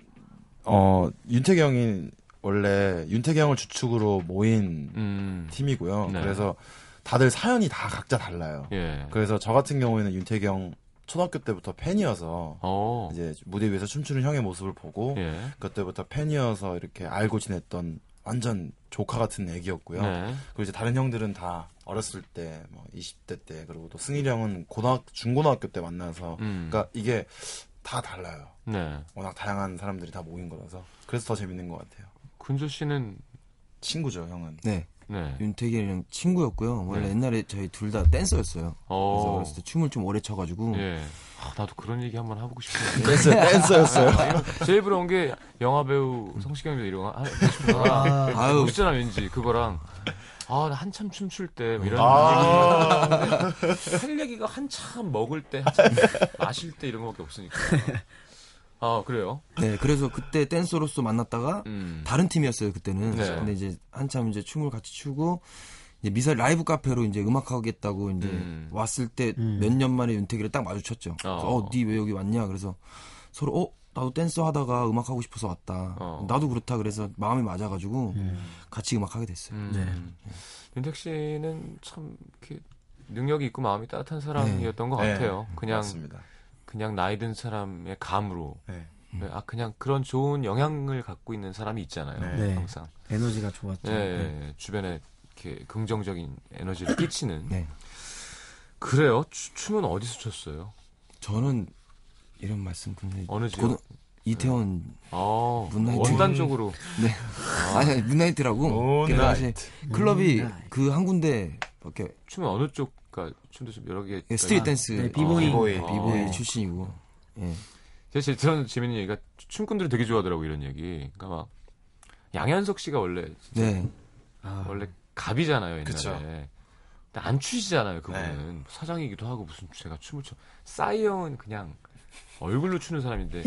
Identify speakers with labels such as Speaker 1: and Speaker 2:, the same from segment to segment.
Speaker 1: 어, 윤태경이 원래 윤태경을 주축으로 모인
Speaker 2: 음,
Speaker 1: 팀이고요.
Speaker 2: 네.
Speaker 1: 그래서 다들 사연이 다 각자 달라요.
Speaker 2: 예.
Speaker 1: 그래서 저 같은 경우에는 윤태경 초등학교 때부터 팬이어서
Speaker 2: 어,
Speaker 1: 이제 무대 위에서 춤추는 형의 모습을 보고
Speaker 2: 예.
Speaker 1: 그때부터 팬이어서 이렇게 알고 지냈던
Speaker 3: 완전 조카 같은 애기였고요.
Speaker 2: 네.
Speaker 3: 그리고 이제 다른 형들은 다 어렸을 때, 뭐 20대 때, 그리고 또 승일이 형은 고등학 중고등학교 때 만나서,
Speaker 2: 음.
Speaker 3: 그러니까 이게 다 달라요.
Speaker 2: 네.
Speaker 3: 워낙 다양한 사람들이 다 모인 거라서 그래서 더 재밌는 것 같아요.
Speaker 2: 군수 씨는
Speaker 3: 친구죠, 형은.
Speaker 4: 네,
Speaker 2: 네.
Speaker 4: 윤태길이랑 친구였고요. 원래
Speaker 2: 네.
Speaker 4: 옛날에 저희 둘 다 댄서였어요. 그래서
Speaker 2: 어.
Speaker 4: 어렸을 때 춤을 좀 오래 춰가지고
Speaker 2: 예. 아, 나도 그런 얘기 한번 해보고 싶어요.
Speaker 3: 댄서, 댄서였어요.
Speaker 2: 제 입으로 온 게 영화 배우 성시경도 이런 거 하- 하고 싶구나.
Speaker 5: 아,
Speaker 4: 아유
Speaker 2: 멋있잖아 왠지 그거랑. 아, 나 한참 춤출 때뭐 이런
Speaker 3: 아,
Speaker 2: 얘기. 할 얘기가 한참 먹을 때, 한참 마실 때 이런 거밖에 없으니까. 아, 그래요?
Speaker 4: 네 그래서 그때 댄서로서 만났다가
Speaker 2: 음.
Speaker 4: 다른 팀이었어요 그때는
Speaker 2: 네.
Speaker 4: 근데 이제 한참 이제 춤을 같이 추고 이제 미사 라이브 카페로 이제 음악 하겠다고 이제
Speaker 2: 음.
Speaker 4: 왔을 때 몇
Speaker 5: 음.
Speaker 4: 년 만에 윤태기를 딱 마주쳤죠
Speaker 2: 어.
Speaker 4: 어니 왜 여기 왔냐 그래서 서로 어 나도 댄서 하다가 음악 하고 싶어서 왔다
Speaker 2: 어.
Speaker 4: 나도 그렇다 그래서 마음이 맞아가지고
Speaker 5: 예.
Speaker 4: 같이 음악 하게 됐어요
Speaker 2: 음.
Speaker 3: 네.
Speaker 2: 윤택 씨는 참 이렇게 능력이 있고 마음이 따뜻한 사람이었던 것
Speaker 3: 네.
Speaker 2: 같아요. 그냥
Speaker 3: 맞습니다.
Speaker 2: 그냥 나이 든 사람의 감으로
Speaker 3: 네.
Speaker 2: 네, 아 그냥 그런 좋은 영향을 갖고 있는 사람이 있잖아요.
Speaker 5: 네.
Speaker 2: 항상
Speaker 5: 에너지가 좋았죠.
Speaker 3: 네.
Speaker 2: 예, 예, 예. 주변에 이렇게 긍정적인 에너지를 끼치는.
Speaker 4: 네.
Speaker 2: 그래요. 추- 춤은 어디서 췄어요?
Speaker 4: 저는 이런 말씀 근데
Speaker 2: 어느 지역?
Speaker 4: 고등- 이태원
Speaker 2: 아,
Speaker 4: 문화의
Speaker 2: 원단적으로.
Speaker 4: 네 아니 아니, 문나이트라고 그 당시에 클럽이
Speaker 5: 문나이트. 음.
Speaker 4: 그 한 군데밖에
Speaker 2: 춤은 어느 쪽? 그러니까 춤도 좀 여러 개. 아,
Speaker 4: 예, 스트릿 댄스
Speaker 5: 네,
Speaker 4: 어,
Speaker 5: 비보이.
Speaker 3: 비보이.
Speaker 4: 네, 비보이
Speaker 2: 어.
Speaker 5: 네.
Speaker 4: 출신이고 예.
Speaker 2: 사실 들은 재밌는 얘기가 춤꾼들이 되게 좋아하더라고 이런 얘기. 그러니까 막 양현석 씨가 원래
Speaker 4: 네.
Speaker 5: 아,
Speaker 2: 원래 갑이잖아요 옛날에.
Speaker 3: 그쵸. 네.
Speaker 2: 근데 안 추시잖아요 그분은 사장이기도 하고 무슨 제가 춤을 춰. 싸이 형은 그냥 얼굴로 추는 사람인데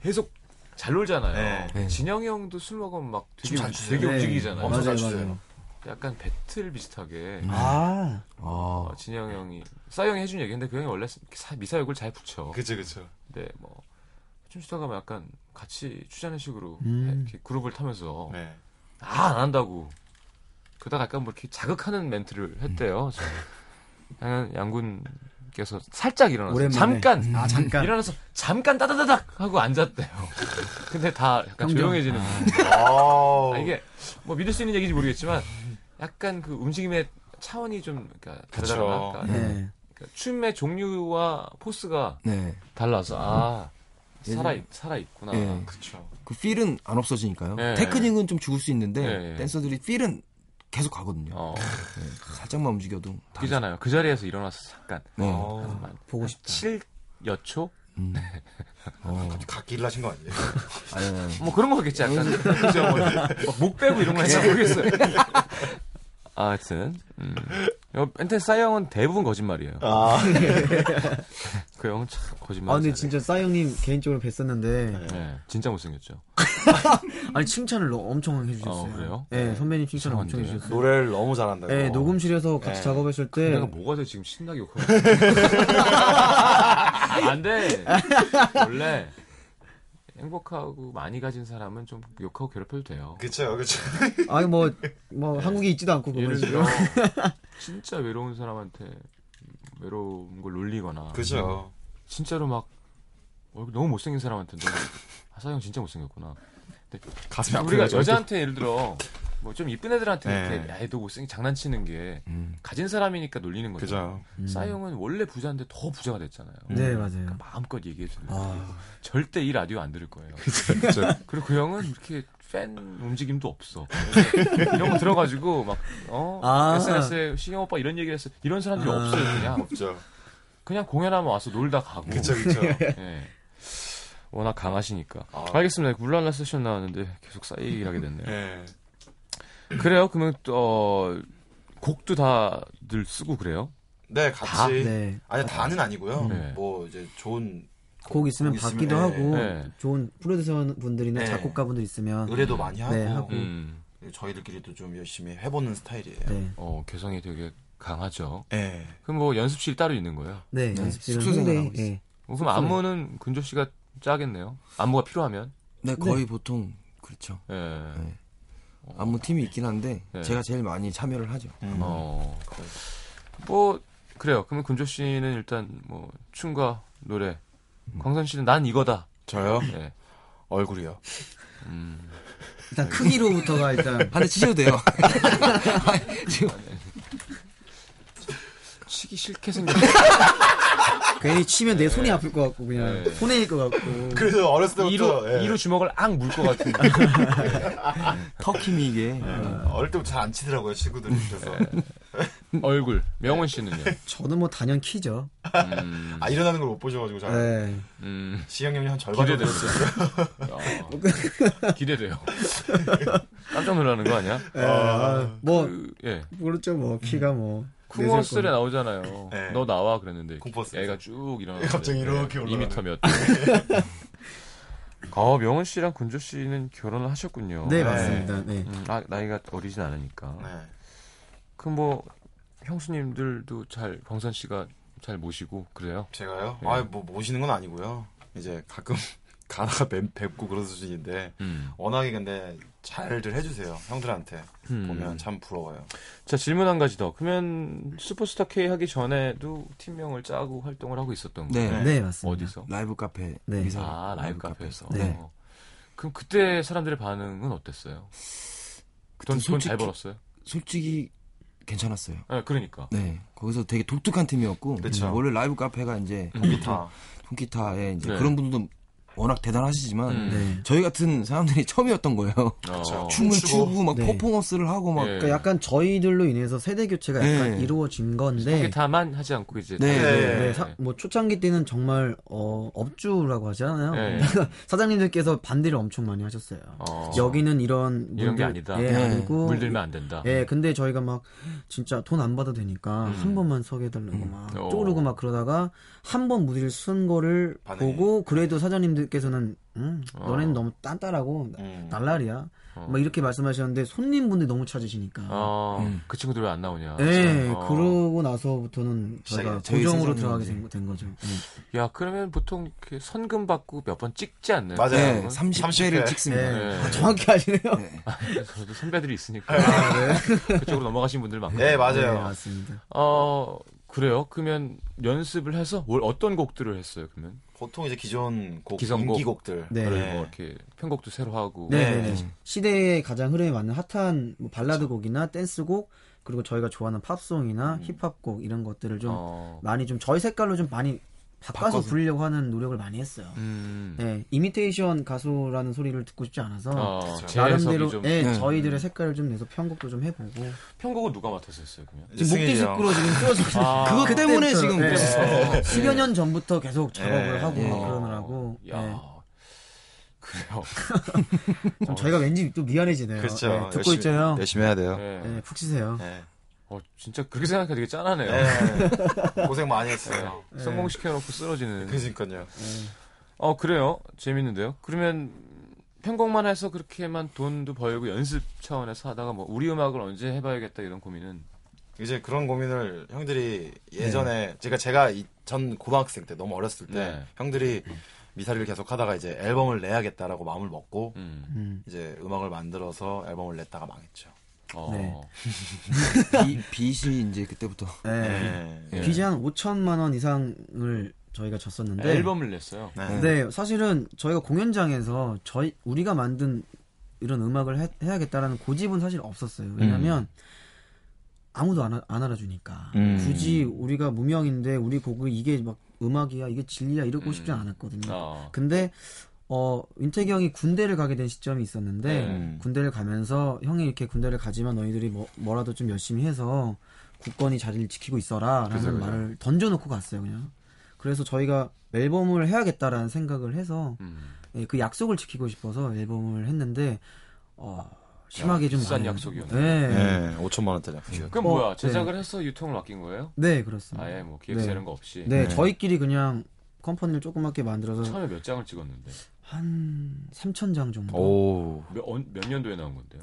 Speaker 2: 계속 잘 놀잖아요.
Speaker 4: 네.
Speaker 2: 진영이 형도 술 먹으면 막 되게,
Speaker 3: 춤잘 추세요.
Speaker 2: 되게
Speaker 5: 네.
Speaker 2: 움직이잖아요.
Speaker 3: 엄청 잘
Speaker 5: 맞아요,
Speaker 3: 추세요.
Speaker 5: 맞아요.
Speaker 2: 약간 배틀
Speaker 3: 음.
Speaker 2: 비슷하게
Speaker 5: 아,
Speaker 4: 아,
Speaker 2: 어, 진영이 형이 싸이 형이 해준 얘기인데 그 형이 원래 사- 미사 역을 잘 붙여.
Speaker 3: 그쵸, 그쵸.
Speaker 2: 근데 뭐 춤추다가 뭐 약간 같이 추자는 식으로 네,
Speaker 5: 음.
Speaker 2: 이렇게 그룹을 타면서
Speaker 3: 네.
Speaker 2: 아 안 한다고 그러다가 약간 뭐 이렇게 자극하는 멘트를
Speaker 5: 음.
Speaker 2: 했대요 저 양- 양군께서 살짝 일어나서
Speaker 5: 오랜만에.
Speaker 2: 잠깐
Speaker 5: 아 잠깐.
Speaker 2: 일어나서 잠깐 따다다닥 하고 앉았대요 근데 다 약간
Speaker 5: 흥정.
Speaker 2: 조용해지는 분위기.
Speaker 3: 아,
Speaker 2: 아, 이게 뭐 믿을 수 있는 얘기인지 모르겠지만 약간 그 움직임의 차원이 좀 그러니까 다르다나
Speaker 3: 그쵸.
Speaker 2: 그러니까
Speaker 5: 네.
Speaker 2: 그러니까 춤의 종류와 포스가
Speaker 4: 네.
Speaker 2: 달라서 아
Speaker 4: 예전-
Speaker 2: 살아 살아 있구나
Speaker 4: 예.
Speaker 3: 그쵸.
Speaker 4: 그 필은 안 없어지니까요.
Speaker 2: 예.
Speaker 4: 테크닉은 좀 죽을 수 있는데
Speaker 2: 예, 예.
Speaker 4: 댄서들이 필은 계속 가거든요.
Speaker 2: 어
Speaker 4: 예. 살짝만 움직여도 다
Speaker 2: 웃기잖아요 그 자리에서 일어나서 잠깐
Speaker 4: 네.
Speaker 3: 아,
Speaker 5: 보고 싶다.
Speaker 2: 7여 초
Speaker 4: 음. 어.
Speaker 3: 각기 일하신 거 아니에요?
Speaker 4: 아니, 네, 아니, 아니.
Speaker 2: 뭐 그런 거겠지 약간 그죠 뭐, 막목 빼고 이런 거 했지 모르겠어요 아, 하여튼 음. 벤텐 싸이 형은 대부분 거짓말이에요
Speaker 3: 아,
Speaker 2: 그 형은 참 거짓말
Speaker 5: 아 근데 진짜 싸이형님 개인적으로 뵀었는데
Speaker 2: 네, 진짜 못생겼죠
Speaker 5: 아니 칭찬을 너- 엄청 해주셨어요.
Speaker 2: 어, 그래요?
Speaker 5: 네 선배님 칭찬을 엄청
Speaker 2: 이상한데.
Speaker 5: 해주셨어요.
Speaker 3: 노래를 너무 잘한다고.
Speaker 5: 네 녹음실에서 같이
Speaker 3: 네.
Speaker 5: 작업했을 때
Speaker 2: 내가 뭐가 돼 지금 신나게 욕하고 안돼 원래 행복하고 많이 가진 사람은 좀 욕하고 괴롭혀도 돼요
Speaker 3: 그쵸, 그쵸.
Speaker 5: 아니 뭐뭐 한국에 있지도 않고
Speaker 2: 예를
Speaker 5: 그걸
Speaker 2: 들어
Speaker 5: 지금
Speaker 2: 진짜 외로운 사람한테 외로운 걸 놀리거나
Speaker 3: 그쵸.
Speaker 2: 네. 진짜로 막 얼굴 너무 못생긴 사람한테 너무 아 사형 진짜 못생겼구나
Speaker 3: 가슴이
Speaker 2: 우리가
Speaker 3: 아프죠?
Speaker 2: 여자한테 예를 들어 뭐 좀 이쁜 애들한테
Speaker 3: 네.
Speaker 2: 이렇게 야너 못생긴 장난치는 게
Speaker 4: 음.
Speaker 2: 가진 사람이니까 놀리는 거죠
Speaker 3: 그죠. 음.
Speaker 2: 싸형은 원래 부자인데 더 부자가 됐잖아요
Speaker 5: 네 맞아요.
Speaker 2: 마음껏 얘기해 주는
Speaker 5: 아.
Speaker 2: 절대 이 라디오 안 들을 거예요
Speaker 3: 그쵸, 그쵸.
Speaker 2: 그리고 그 형은 이렇게 팬 움직임도 없어 이런 거 들어가지고 막어
Speaker 5: 아.
Speaker 2: SNS에 시경 오빠 이런 얘기했어 이런 사람들이
Speaker 5: 아.
Speaker 2: 없어요 그냥
Speaker 3: 없죠.
Speaker 2: 그냥 공연하면 와서 놀다 가고
Speaker 3: 그쵸, 그쵸.
Speaker 2: 예. 워낙 강하시니까.
Speaker 3: 아.
Speaker 2: 알겠습니다. 굴랄라 세션 나왔는데 계속 싸이 얘기를 하게 됐네요.
Speaker 3: 예.
Speaker 2: 그래요? 그러면 또, 어, 곡도 다들 쓰고 그래요?
Speaker 3: 네,
Speaker 2: 다?
Speaker 3: 같이.
Speaker 5: 네.
Speaker 3: 아니, 다는 아니고요.
Speaker 2: 네.
Speaker 3: 뭐, 이제 좋은
Speaker 5: 곡 있으면
Speaker 3: 곡 있으면,
Speaker 5: 받기도
Speaker 3: 예,
Speaker 5: 하고
Speaker 2: 예.
Speaker 5: 좋은 프로듀서 분들이나
Speaker 3: 예.
Speaker 5: 작곡가 분들 있으면
Speaker 3: 의뢰도 많이 하고.
Speaker 5: 네, 하고.
Speaker 2: 음.
Speaker 3: 저희들끼리도 좀 열심히 해보는 스타일이에요.
Speaker 5: 네.
Speaker 2: 어, 개성이 되게 강하죠.
Speaker 3: 예.
Speaker 2: 그럼 뭐 연습실이 따로 있는 거예요?
Speaker 5: 네,
Speaker 4: 네,
Speaker 5: 연습실은
Speaker 4: 숙소
Speaker 5: 홍대.
Speaker 4: 생활하고
Speaker 5: 예.
Speaker 2: 어, 그럼 안무는 근조 씨가 짜겠네요. 안무가 필요하면.
Speaker 4: 네, 거의 보통 그렇죠.
Speaker 2: 예.
Speaker 4: 네. 안무 팀이 있긴 한데
Speaker 2: 어. 네.
Speaker 4: 제가 제일 많이 참여를 하죠.
Speaker 3: 음.
Speaker 2: 어. 뭐, 그래요. 그러면 근조 씨는 일단 뭐, 춤과 노래.
Speaker 5: 음.
Speaker 2: 광선 씨는 난 이거다.
Speaker 3: 저요?
Speaker 2: 예.
Speaker 3: 얼굴이요.
Speaker 2: 음.
Speaker 5: 일단 크기로부터가 일단
Speaker 4: 한 대 치셔도 아, 돼요. 아니, 지금
Speaker 2: 치기 싫게 생겼
Speaker 5: 괜히 치면 내 손이 아플 것 같고 그냥
Speaker 2: 네.
Speaker 5: 손해일 것 같고
Speaker 3: 그래서 어렸을
Speaker 2: 이로
Speaker 3: 때부터 예.
Speaker 2: 이로 주먹을 악 물 것 같은
Speaker 4: 터키미 이게 네.
Speaker 1: 네.
Speaker 3: 어릴 때부터 잘 안 치더라고요
Speaker 2: 음.
Speaker 3: 친구들이 그래서
Speaker 2: 네. 얼굴. 명원 씨는요?
Speaker 5: 저는 뭐 단연 키죠.
Speaker 2: 음,
Speaker 3: 아 일어나는 걸 못 보셔가지고 잘
Speaker 5: 네.
Speaker 2: 음,
Speaker 3: 시영님이 한 절반 정도
Speaker 2: 기대돼요. 야, 기대돼요. 깜짝 놀라는 거 아니야?
Speaker 5: 예, 아, 뭐
Speaker 2: 그, 예.
Speaker 5: 그렇죠 뭐 키가 뭐
Speaker 2: 쿠어
Speaker 5: 내세울
Speaker 2: 쓰에
Speaker 5: 거는.
Speaker 2: 나오잖아요.
Speaker 3: 네.
Speaker 2: 너 나와 그랬는데
Speaker 3: 공포스.
Speaker 2: 애가 쭉 일어나.
Speaker 3: 갑자기 이렇게 올라가네.
Speaker 2: 2m 몇. 아 명원 씨랑 군조 씨는 결혼을 하셨군요.
Speaker 5: 네 맞습니다. 네.
Speaker 2: 음, 아, 나이가 어리진 않으니까.
Speaker 3: 네.
Speaker 2: 그 뭐 형수님들도 잘 광선 씨가 잘 모시고 그래요.
Speaker 3: 제가요?
Speaker 2: 예.
Speaker 3: 아 뭐 모시는 건 아니고요. 이제 가끔 가다가 뵙, 뵙고 그런 수준인데
Speaker 2: 음.
Speaker 3: 워낙에 근데 잘들 해주세요 형들한테
Speaker 2: 음.
Speaker 3: 보면 참 부러워요.
Speaker 2: 자 질문 한 가지 더. 그러면 슈퍼스타 K 하기 전에도 팀명을 짜고 활동을 하고 있었던 거예요.
Speaker 4: 네.
Speaker 5: 네 맞습니다.
Speaker 2: 어디서?
Speaker 4: 라이브 카페
Speaker 5: 네.
Speaker 4: 미사
Speaker 2: 아 라이브 카페에서.
Speaker 5: 네.
Speaker 2: 어. 그럼 그때 사람들의 반응은 어땠어요? 돈 잘
Speaker 4: 솔직히-
Speaker 2: 벌었어요?
Speaker 4: 솔직히 괜찮았어요.
Speaker 2: 아, 그러니까.
Speaker 4: 네 거기서 되게 독특한 팀이었고
Speaker 3: 그쵸.
Speaker 4: 원래 라이브 카페가 이제
Speaker 2: 음.
Speaker 3: 기타
Speaker 4: 통기타에 이제
Speaker 2: 네.
Speaker 4: 그런 분들도 워낙 대단하시지만
Speaker 2: 음.
Speaker 5: 네.
Speaker 4: 저희 같은 사람들이 처음이었던 거예요.
Speaker 2: 어.
Speaker 4: 춤을
Speaker 3: 춤추고.
Speaker 4: 추고 막
Speaker 5: 네.
Speaker 4: 퍼포먼스를 하고 막
Speaker 2: 예.
Speaker 5: 그러니까 약간 저희들로 인해서 세대 교체가 약간
Speaker 4: 네.
Speaker 5: 이루어진 건데
Speaker 2: 기타만 하지 않고 이제.
Speaker 4: 네,
Speaker 2: 다-
Speaker 3: 네,
Speaker 5: 네, 사- 뭐 초창기 때는 정말 어, 업주라고 하잖아요.
Speaker 2: 네.
Speaker 5: 사장님들께서 반대를 엄청 많이 하셨어요.
Speaker 2: 어.
Speaker 5: 여기는 이런
Speaker 2: 이런 게
Speaker 5: 물들-
Speaker 2: 아니다.
Speaker 5: 예,
Speaker 4: 네.
Speaker 5: 아니고
Speaker 2: 물들면 안 된다.
Speaker 5: 예, 근데 저희가 막 진짜 돈 안 받아도 되니까
Speaker 2: 음.
Speaker 5: 한 번만 서게 해달라고 막
Speaker 2: 어.
Speaker 5: 쪼르고 막 그러다가 한 번 무대를 쓴 거를
Speaker 3: 반응이.
Speaker 5: 보고 그래도 사장님들께서는 음,
Speaker 2: 어.
Speaker 5: 너네는 너무 딴따라고 나-
Speaker 3: 음.
Speaker 5: 날라리야
Speaker 2: 어.
Speaker 5: 막 이렇게 말씀하셨는데 손님분들 너무 찾으시니까
Speaker 2: 어,
Speaker 4: 음.
Speaker 2: 그 친구들 왜 안 나오냐.
Speaker 5: 예,
Speaker 2: 어.
Speaker 5: 그러고 나서부터는 저희가
Speaker 4: 저희
Speaker 5: 고정으로
Speaker 4: 세상이
Speaker 5: 들어가게
Speaker 4: 이제.
Speaker 5: 된, 된 거죠.
Speaker 2: 음.
Speaker 5: 예.
Speaker 2: 야, 그러면 보통 이렇게 선금 받고 몇 번 찍지 않나요?
Speaker 3: 맞아요.
Speaker 4: 네,
Speaker 2: 그런 건?
Speaker 4: 30회를
Speaker 3: 30회.
Speaker 4: 찍습니다.
Speaker 2: 네.
Speaker 5: 아, 정확히 아시네요.
Speaker 4: 네.
Speaker 2: 저도 선배들이 있으니까. 그쪽으로 넘어가신 분들 많고.
Speaker 3: 아, 네
Speaker 5: 네,
Speaker 3: 맞아요.
Speaker 5: 맞습니다.
Speaker 2: 어, 그래요. 그러면 연습을 해서 뭘 어떤 곡들을 했어요, 그러면?
Speaker 3: 보통 이제 기존 곡
Speaker 2: 기성곡.
Speaker 3: 인기곡들
Speaker 5: 네.
Speaker 2: 그리고 뭐 이렇게 편곡도 새로 하고.
Speaker 5: 네,
Speaker 3: 네.
Speaker 5: 네, 네. 시- 시대의 가장 흐름에 맞는 핫한 뭐 발라드 곡이나 댄스곡 그리고 저희가 좋아하는 팝송이나 힙합곡 이런 것들을 좀
Speaker 2: 어.
Speaker 5: 많이 좀 저희 색깔로 좀 많이 바꿔서
Speaker 4: 바꿔서.
Speaker 5: 부르려고 하는 노력을 많이 했어요.
Speaker 2: 음.
Speaker 5: 네, 이미테이션 가수라는 소리를 듣고 싶지 않아서
Speaker 2: 어,
Speaker 5: 네. 나름대로
Speaker 2: 재해석이 좀. 네.
Speaker 5: 예,
Speaker 4: 네.
Speaker 5: 저희들의 색깔을 좀 내서 편곡도 좀 해보고
Speaker 2: 편곡은 누가 맡아서 했어요, 그러면?
Speaker 3: 이제
Speaker 5: 지금 목뒤
Speaker 3: 승일이 형.
Speaker 5: 식구로 지금 쓰여서
Speaker 2: 아.
Speaker 4: 그것 때문에 지금
Speaker 5: 네.
Speaker 4: 그래서
Speaker 5: 10여 년 전부터 계속 작업을
Speaker 3: 네.
Speaker 5: 하고 막
Speaker 4: 네.
Speaker 5: 그러느라고
Speaker 2: 야.
Speaker 5: 네.
Speaker 2: 그래요.
Speaker 5: 좀 저희가 왠지 또 미안해지네요.
Speaker 3: 그렇죠.
Speaker 5: 네, 듣고
Speaker 3: 열심히-
Speaker 5: 있죠.
Speaker 3: 열심히 해야 돼요.
Speaker 2: 네.
Speaker 5: 네, 푹 쉬세요.
Speaker 3: 네.
Speaker 2: 어, 진짜 그렇게 생각하니까 되게 짠하네요.
Speaker 3: 네. 고생 많이 했어요.
Speaker 2: 성공시켜놓고
Speaker 5: 네,
Speaker 1: 네.
Speaker 2: 쓰러지는.
Speaker 3: 그러니까요.
Speaker 2: 어, 그래요. 재밌는데요. 그러면 편곡만 해서 그렇게만 돈도 벌고 연습 차원에서 하다가 뭐 우리 음악을 언제 해봐야겠다 이런 고민은.
Speaker 3: 이제 그런 고민을 형들이
Speaker 1: 네.
Speaker 3: 예전에 그러니까 제가 제가 이- 전 고등학생 때 너무 어렸을 때
Speaker 2: 네.
Speaker 3: 형들이 미사리를 계속하다가 이제 앨범을 내야겠다라고 마음을 먹고
Speaker 2: 음.
Speaker 5: 음.
Speaker 3: 이제 음악을 만들어서 앨범을 냈다가 망했죠.
Speaker 2: 어.
Speaker 5: 네.
Speaker 4: 비- 빚이 이제 그때부터
Speaker 5: 네.
Speaker 3: 예.
Speaker 4: 예.
Speaker 5: 빚이 한 5천만 원 이상을 저희가 졌었는데
Speaker 2: 앨범을 냈어요.
Speaker 3: 네.
Speaker 5: 네, 사실은 저희가 공연장에서 저희 우리가 만든 이런 음악을 해, 야겠다라는 고집은 사실
Speaker 2: 음.
Speaker 5: 없었어요. 왜냐면 아무도 안, 아- 안 알아주니까
Speaker 3: 음.
Speaker 5: 굳이 우리가 무명인데 우리 곡을 이게 막 음악이야 이게 진리야 이러고 싶지 않았거든요.
Speaker 2: 아.
Speaker 5: 근데 어 윤태기 형이 군대를 가게 된 시점이 있었는데
Speaker 2: 네.
Speaker 3: 음.
Speaker 5: 군대를 가면서 형이 이렇게 군대를 가지만 너희들이 뭐, 라도좀 열심히 해서 굳건히 자리를 지키고 있어라라는
Speaker 2: 그죠, 그죠.
Speaker 5: 말을 던져놓고 갔어요 그냥 그래서 저희가 앨범을 해야겠다라는 생각을 해서
Speaker 2: 음.
Speaker 5: 예, 그 약속을 지키고 싶어서 앨범을 했는데 어, 심하게
Speaker 2: 야,
Speaker 5: 좀
Speaker 2: 비싼
Speaker 5: 많이-
Speaker 2: 약속이었네.
Speaker 5: 예. 네.
Speaker 3: 예, 5천만 원짜리 악기죠.
Speaker 2: 그럼
Speaker 5: 어,
Speaker 2: 뭐야?
Speaker 5: 네.
Speaker 2: 제작을 해서 유통을 맡긴 거예요?
Speaker 5: 그렇습니다
Speaker 2: 아예 뭐 기획사
Speaker 5: 네.
Speaker 2: 이런 거 없이.
Speaker 5: 네, 저희끼리 그냥 컴퍼니를 조그맣게 만들어서
Speaker 2: 처음에 몇 장을 찍었는데
Speaker 5: 한 3천 장
Speaker 3: 음.
Speaker 5: 정도
Speaker 3: 오,
Speaker 2: 몇, 언- 몇 년도에 나온 건데요?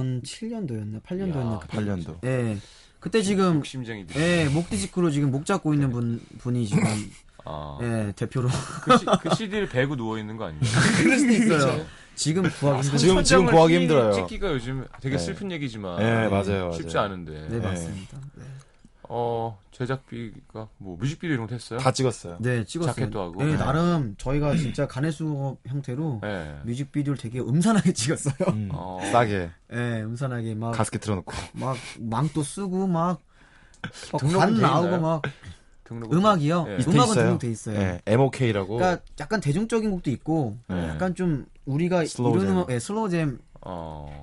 Speaker 5: 2007년도였나 8년도였나
Speaker 2: 야,
Speaker 5: 그때
Speaker 3: 8년도.
Speaker 5: 예. 그때 지금
Speaker 2: 욕심쟁이 들
Speaker 5: 예, 목디지크로 지금 목 잡고 있는 분 분이 지금
Speaker 2: 아,
Speaker 5: 예, 대표로
Speaker 2: 그, 시, 그 CD를 베고 누워 있는 거 아니에요?
Speaker 5: 그럴 수도 있어요. 지금 구하기 힘들
Speaker 3: 지금- 지금 구하기 힘들어요.
Speaker 2: 찍기가 요즘 되게
Speaker 3: 네.
Speaker 2: 슬픈 얘기지만
Speaker 3: 예, 맞아요,
Speaker 2: 쉽지
Speaker 3: 맞아요.
Speaker 2: 않은데.
Speaker 5: 네, 맞습니다. 네.
Speaker 2: 어 제작비가 뭐 뮤직비디오 이런 것도 했어요?
Speaker 1: 다 찍었어요.
Speaker 5: 네, 찍었어요.
Speaker 2: 자켓도 하고.
Speaker 5: 네,
Speaker 2: 네.
Speaker 5: 나름 저희가 진짜 가네수업 형태로
Speaker 2: 예.
Speaker 5: 뮤직비디오를 되게 음산하게 찍었어요.
Speaker 1: 음,
Speaker 2: 어.
Speaker 1: 싸게
Speaker 5: 예, 음산하게 막,
Speaker 1: 가스켓 틀어놓고
Speaker 5: 막, 망도 쓰고, 막, 막
Speaker 2: 등록은
Speaker 5: 간
Speaker 2: 돼
Speaker 5: 나오고,
Speaker 2: 있나요?
Speaker 5: 막,
Speaker 2: 등록
Speaker 5: 음악이요?
Speaker 2: 예.
Speaker 5: 음악은 등록돼 있어요.
Speaker 1: 예, MOK라고.
Speaker 5: 그러니까 약간 대중적인 곡도 있고,
Speaker 1: 네.
Speaker 5: 약간 좀, 우리가
Speaker 1: 슬로우
Speaker 5: 이런
Speaker 1: 잼.
Speaker 5: 음악, 예, 슬로우잼,
Speaker 2: 어.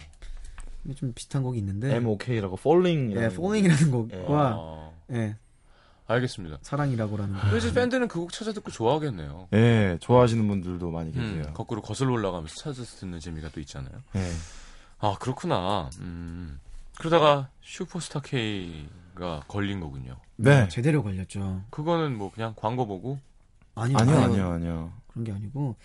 Speaker 5: 좀 비슷한 곡이
Speaker 2: 네,
Speaker 5: 있는데,
Speaker 2: 뭐,
Speaker 1: MOK라고 Falling.
Speaker 5: 예, 폴링이라는 곡과,
Speaker 2: 어.
Speaker 5: 예,
Speaker 2: 알겠습니다.
Speaker 5: 사랑이라고라는 곡.
Speaker 2: 그래서 팬들은 그 곡 찾아 듣고 좋아하겠네요.
Speaker 1: 예, 좋아하시는 분들도 많이 계세요.
Speaker 2: 음, 거꾸로 거슬러 올라가면서 찾아 듣는 재미가 또 있잖아요.
Speaker 1: 예.
Speaker 2: 아 그렇구나. 음. 그러다가 슈퍼스타 K가 걸린 거군요.
Speaker 1: 네.
Speaker 5: 제대로 걸렸죠.
Speaker 2: 그거는 뭐 그냥 광고 보고
Speaker 5: 아니요,
Speaker 1: 아니요, 아니요, 아니요.
Speaker 5: 그런 게 아니고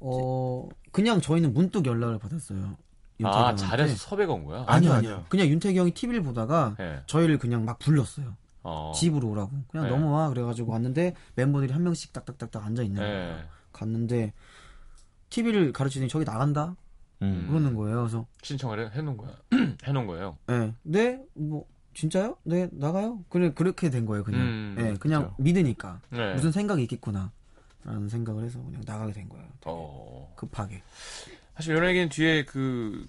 Speaker 5: 어 그냥 저희는 문득 연락을 받았어요.
Speaker 2: 아
Speaker 5: 윤태경한테.
Speaker 2: 잘해서 섭외가 온 거야.
Speaker 5: 아니요
Speaker 1: 아니요,
Speaker 5: 아니요.
Speaker 1: 아니요.
Speaker 5: 그냥 윤태경이 TV를 보다가
Speaker 2: 예.
Speaker 5: 저희를 그냥 막 불렀어요.
Speaker 2: 어.
Speaker 5: 집으로 오라고. 그냥
Speaker 2: 네.
Speaker 5: 넘어와 그래가지고 왔는데 멤버들이 한 명씩 딱딱딱딱 앉아 있는 거예요.
Speaker 2: 예.
Speaker 5: 갔는데 TV를 가르치더니 저기 나간다
Speaker 1: 음.
Speaker 5: 그러는 거예요. 그래서
Speaker 2: 신청을 해- 해놓은 거야. 해놓은 거예요.
Speaker 5: 예, 네, 뭐 진짜요? 네, 나가요. 그래 그렇게 된 거예요. 그냥
Speaker 2: 음,
Speaker 5: 예, 그냥
Speaker 1: 그렇죠.
Speaker 5: 믿으니까
Speaker 2: 네.
Speaker 5: 무슨 생각이 있겠구나라는 생각을 해서 그냥 나가게 된 거예요.
Speaker 2: 어.
Speaker 5: 급하게.
Speaker 2: 사실 이런 얘기는 뒤에 그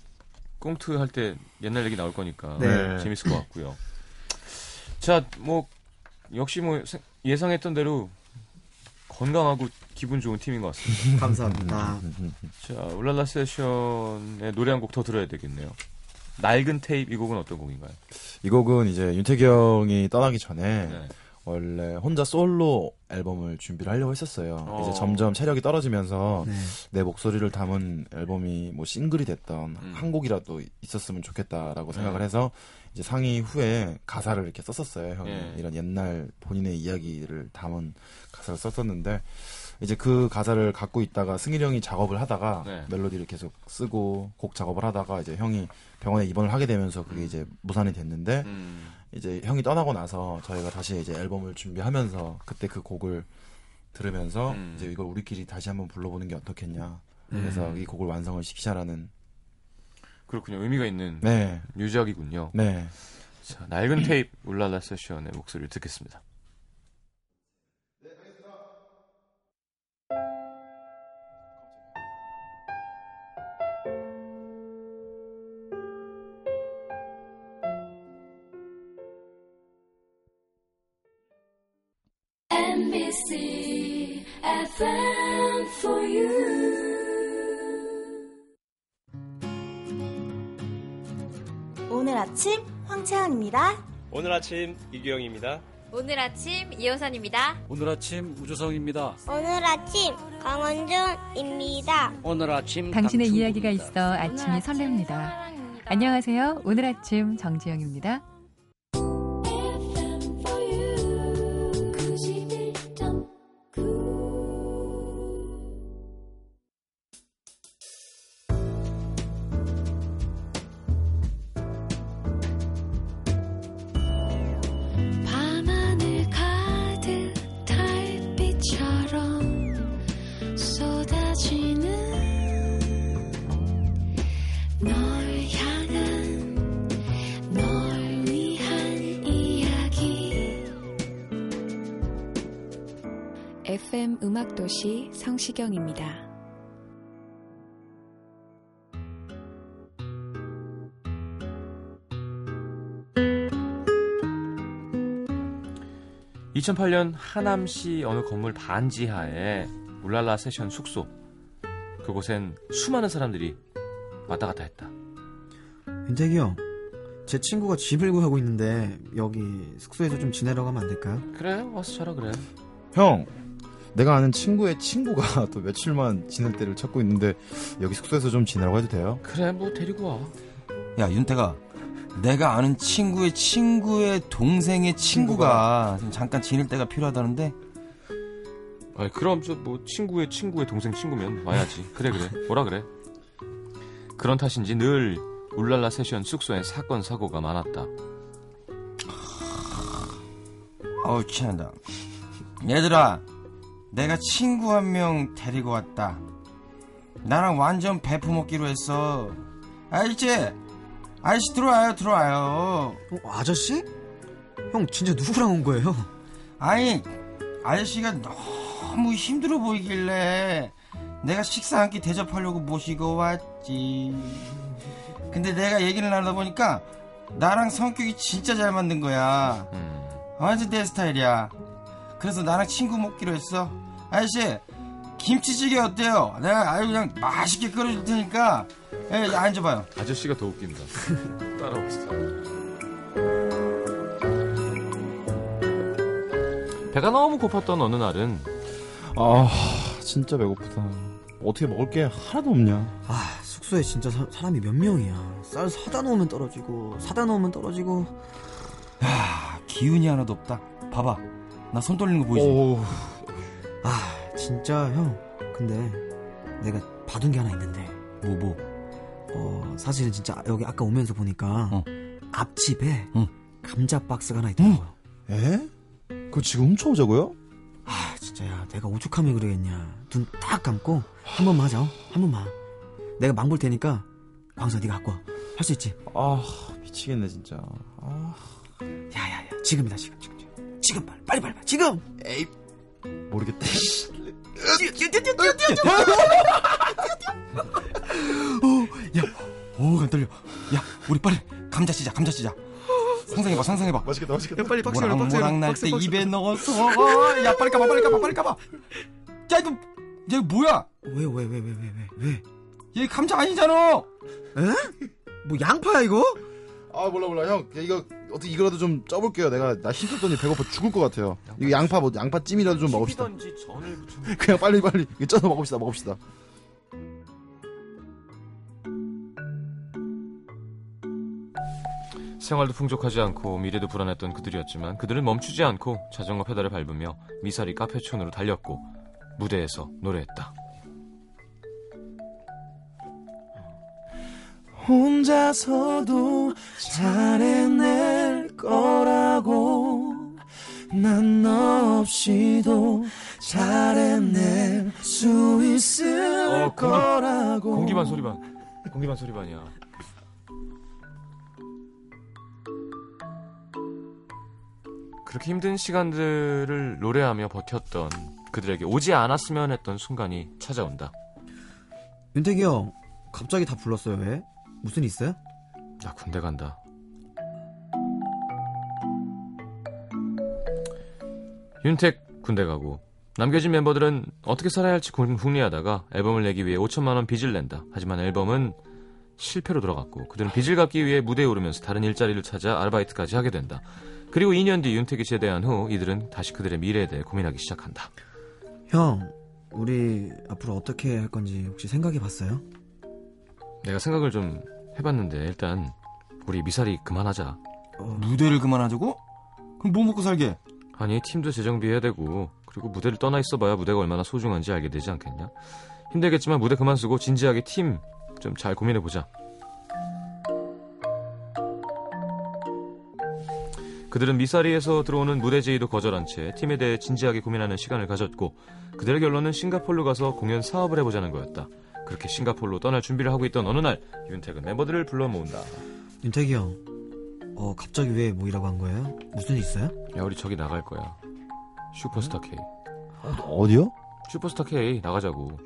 Speaker 2: 꽁트 할 때 옛날 얘기 나올 거니까
Speaker 1: 네.
Speaker 2: 재밌을 것 같고요. 자, 뭐 역시 뭐 세- 예상했던 대로 건강하고 기분 좋은 팀인 것 같습니다.
Speaker 5: 감사합니다.
Speaker 2: 자, 울랄라 세션의 노래 한 곡 더 들어야 되겠네요. 낡은 테이프 이 곡은 어떤 곡인가요?
Speaker 1: 이 곡은 이제 윤태경이 떠나기 전에
Speaker 2: 네.
Speaker 1: 원래 혼자 솔로 앨범을 준비를 하려고 했었어요.
Speaker 2: 어.
Speaker 1: 이제 점점 체력이 떨어지면서
Speaker 5: 네.
Speaker 1: 내 목소리를 담은 앨범이 뭐 싱글이 됐던
Speaker 2: 음.
Speaker 1: 한 곡이라도 있었으면 좋겠다라고
Speaker 2: 네.
Speaker 1: 생각을 해서 이제 상의 후에 가사를 이렇게 썼었어요. 형이
Speaker 2: 예.
Speaker 1: 이런 옛날 본인의 이야기를 담은 가사를 썼었는데 이제 그 가사를 갖고 있다가 승일 형이 작업을 하다가
Speaker 2: 네.
Speaker 1: 멜로디를 계속 쓰고 곡 작업을 하다가 이제 형이 병원에 입원을 하게 되면서 그게 이제 무산이 됐는데
Speaker 2: 음.
Speaker 1: 이제 형이 떠나고 나서 저희가 다시 이제 앨범을 준비하면서 그때 그 곡을 들으면서
Speaker 2: 음.
Speaker 1: 이제 이걸 우리끼리 다시 한번 불러보는 게 어떻겠냐.
Speaker 2: 네,
Speaker 1: 그래서 이 곡을 완성을 시키자라는.
Speaker 2: 그렇군요. 의미가 있는
Speaker 1: 네.
Speaker 2: 유작이군요.
Speaker 1: 네.
Speaker 2: 자, 낡은 테이프 울랄라 세션의 목소리를 듣겠습니다.
Speaker 6: NBC FM for you.
Speaker 7: 오늘 아침 황채원입니다.
Speaker 8: 오늘 아침 이규영입니다.
Speaker 9: 오늘 아침 이호선입니다.
Speaker 10: 오늘 아침 우주성입니다.
Speaker 7: 오늘 아침 강원준입니다.
Speaker 10: 오늘 아침
Speaker 11: 당신의
Speaker 10: 강충구입니다.
Speaker 11: 이야기가 있어 아침이 설렙니다. 안녕하세요. 오늘 아침 정지영입니다.
Speaker 6: FM for you. 91.9. 밤하늘 가득 달빛처럼 쏟아지는 널 향한 널 위한 이야기 FM 음악도시 성시경입니다.
Speaker 2: 음. 2008년 하남시 어느 건물 반지하에 울랄라 세션 숙소 그곳엔 수많은 사람들이 왔다 갔다 했다.
Speaker 5: 윤택이 형, 제 친구가 집을 구하고 있는데 여기 숙소에서 좀 지내러 가면 안 될까요?
Speaker 2: 그래 와서 자라 그래.
Speaker 1: 형! 내가 아는 친구의 친구가 또 며칠만 지낼 때를 찾고 있는데 여기 숙소에서 좀 지내라고 해도 돼요?
Speaker 2: 그래 뭐 데리고 와.
Speaker 4: 야 윤태가 내가 아는 친구의 친구의 동생의 친구가, 잠깐 지낼 때가 필요하다는데
Speaker 2: 아니 그럼 저 뭐 친구의 친구의 동생 친구면 와야지. 그래 그래 뭐라 그래. 그런 탓인지 늘 울랄라 세션 숙소엔 사건 사고가 많았다.
Speaker 4: 어우 친하다 얘들아 내가 친구 한 명 데리고 왔다 나랑 완전 배프 먹기로 했어 알지? 아저씨 들어와요 들어와요
Speaker 5: 어, 아저씨? 형 진짜 누구랑 온 거예요?
Speaker 4: 아니 아저씨가 너무 힘들어 보이길래 내가 식사 한 끼 대접하려고 모시고 왔지. 근데 내가 얘기를 나누다 보니까 나랑 성격이 진짜 잘 맞는 거야.
Speaker 2: 음,
Speaker 4: 완전 내 스타일이야. 그래서 나랑 친구 먹기로 했어. 아저씨 김치찌개 어때요? 내가 아유 그냥 맛있게 끓여줄 테니까 예, 앉아봐요.
Speaker 2: 아저씨가 더 웃긴다. 따라오시죠. 배가 너무 고팠던 어느 날은
Speaker 3: 아 진짜 배고프다. 어떻게 먹을 게 하나도 없냐.
Speaker 5: 아 숙소에 진짜 사, 람이몇 명이야. 쌀 사다 놓으면 떨어지고 사다 놓으면 떨어지고.
Speaker 4: 아, 기운이 하나도 없다. 봐봐. 나 손 떨리는 거 보이지?
Speaker 5: 아 진짜 형. 근데 내가 봐둔 게 하나 있는데.
Speaker 4: 뭐 뭐?
Speaker 5: 어 사실은 진짜 여기 아까 오면서 보니까 앞집에 감자 박스가 하나 있더라고요.
Speaker 3: 에? 그거 지금 훔쳐오자고요?
Speaker 5: 아 진짜야 내가 오죽하면 그러겠냐. 눈 딱 감고 한 번만 하자. 어? 한 번만. 내가 망볼 테니까 광수야 네가 갖고 와. 할 수 있지?
Speaker 3: 아 미치겠네 진짜. 아
Speaker 5: 야야야 지금이다 지금 지금 지금 지금 빨리 빨리 빨리 빨리 지금. 에이
Speaker 3: 모르겠다. 씨.
Speaker 4: 야, 오, 간 어, 떨려. 야, 우리 빨리 감자 찢자, 감자 찢자. 상상해봐, 상상해봐.
Speaker 3: 맛있겠다, 맛있겠다.
Speaker 4: 빨리
Speaker 3: 아, 박스 열어,
Speaker 4: 모랑
Speaker 3: 박스 열어,
Speaker 4: 모랑 날
Speaker 3: 박스,
Speaker 4: 때
Speaker 3: 박스.
Speaker 4: 입에 넣어서. 야, 빨리 가봐, 빨리 가봐, 빨리 가봐. 야, 이거, 야, 이거 뭐야?
Speaker 5: 왜, 왜, 왜, 왜, 왜, 왜, 왜?
Speaker 4: 얘 감자 아니잖아.
Speaker 5: 에? 뭐 양파야 이거?
Speaker 3: 아 몰라 몰라 형 야, 이거 어떻게 이거라도 좀 쪄볼게요. 내가 나 힘들더니 배고파 죽을 것 같아요. 이거 양파 뭐 양파 찜이라도 좀 먹읍시다. 그냥 빨리 빨리 이거 쪄서 먹읍시다 먹읍시다.
Speaker 2: 생활도 풍족하지 않고 미래도 불안했던 그들이었지만 그들은 멈추지 않고 자전거 페달을 밟으며 미사리 카페촌으로 달렸고 무대에서 노래했다.
Speaker 10: 혼자서도 잘해낼 거라고 난 너 없이도 잘해낼 수 있을
Speaker 2: 어, 공기-
Speaker 10: 거라고
Speaker 2: 공기반 소리반. 공기반 소리반이야. 그렇게 힘든 시간들을 노래하며 버텼던 그들에게 오지 않았으면 했던 순간이 찾아온다.
Speaker 5: 윤택이 형 갑자기 다 불렀어요 왜? 무슨 일 있어요?
Speaker 2: 나 군대 간다. 윤택 군대 가고 남겨진 멤버들은 어떻게 살아야 할지 고- 궁리하다가 앨범을 내기 위해 5천만 원 빚을 낸다. 하지만 앨범은 실패로 돌아갔고 그들은 빚을 갚기 위해 무대에 오르면서 다른 일자리를 찾아 아르바이트까지 하게 된다. 그리고 2년 뒤 윤택이 제대한 후 이들은 다시 그들의 미래에 대해 고민하기 시작한다.
Speaker 5: 형 우리 앞으로 어떻게 할 건지 혹시 생각해 봤어요?
Speaker 2: 내가 생각을 좀 해봤는데 일단 우리 미사리 그만하자.
Speaker 5: 어,
Speaker 4: 무대를 그만하자고? 그럼 뭐 먹고 살게?
Speaker 2: 아니 팀도 재정비해야 되고 그리고 무대를 떠나 있어봐야 무대가 얼마나 소중한지 알게 되지 않겠냐? 힘들겠지만 무대 그만 쓰고 진지하게 팀 좀 잘 고민해 보자. 그들은 미사리에서 들어오는 무대 제의도 거절한 채 팀에 대해 진지하게 고민하는 시간을 가졌고 그들의 결론은 싱가폴로 가서 공연 사업을 해보자는 거였다. 그렇게 싱가폴로 떠날 준비를 하고 있던 어느 날 윤택은 멤버들을 불러 모은다.
Speaker 5: 윤택이 형 어, 갑자기 왜 모이라고 한 거예요? 무슨 일 있어요?
Speaker 2: 야 우리 저기 나갈 거야. 슈퍼스타 K.
Speaker 3: 어디요?
Speaker 2: 슈퍼스타 K 나가자고.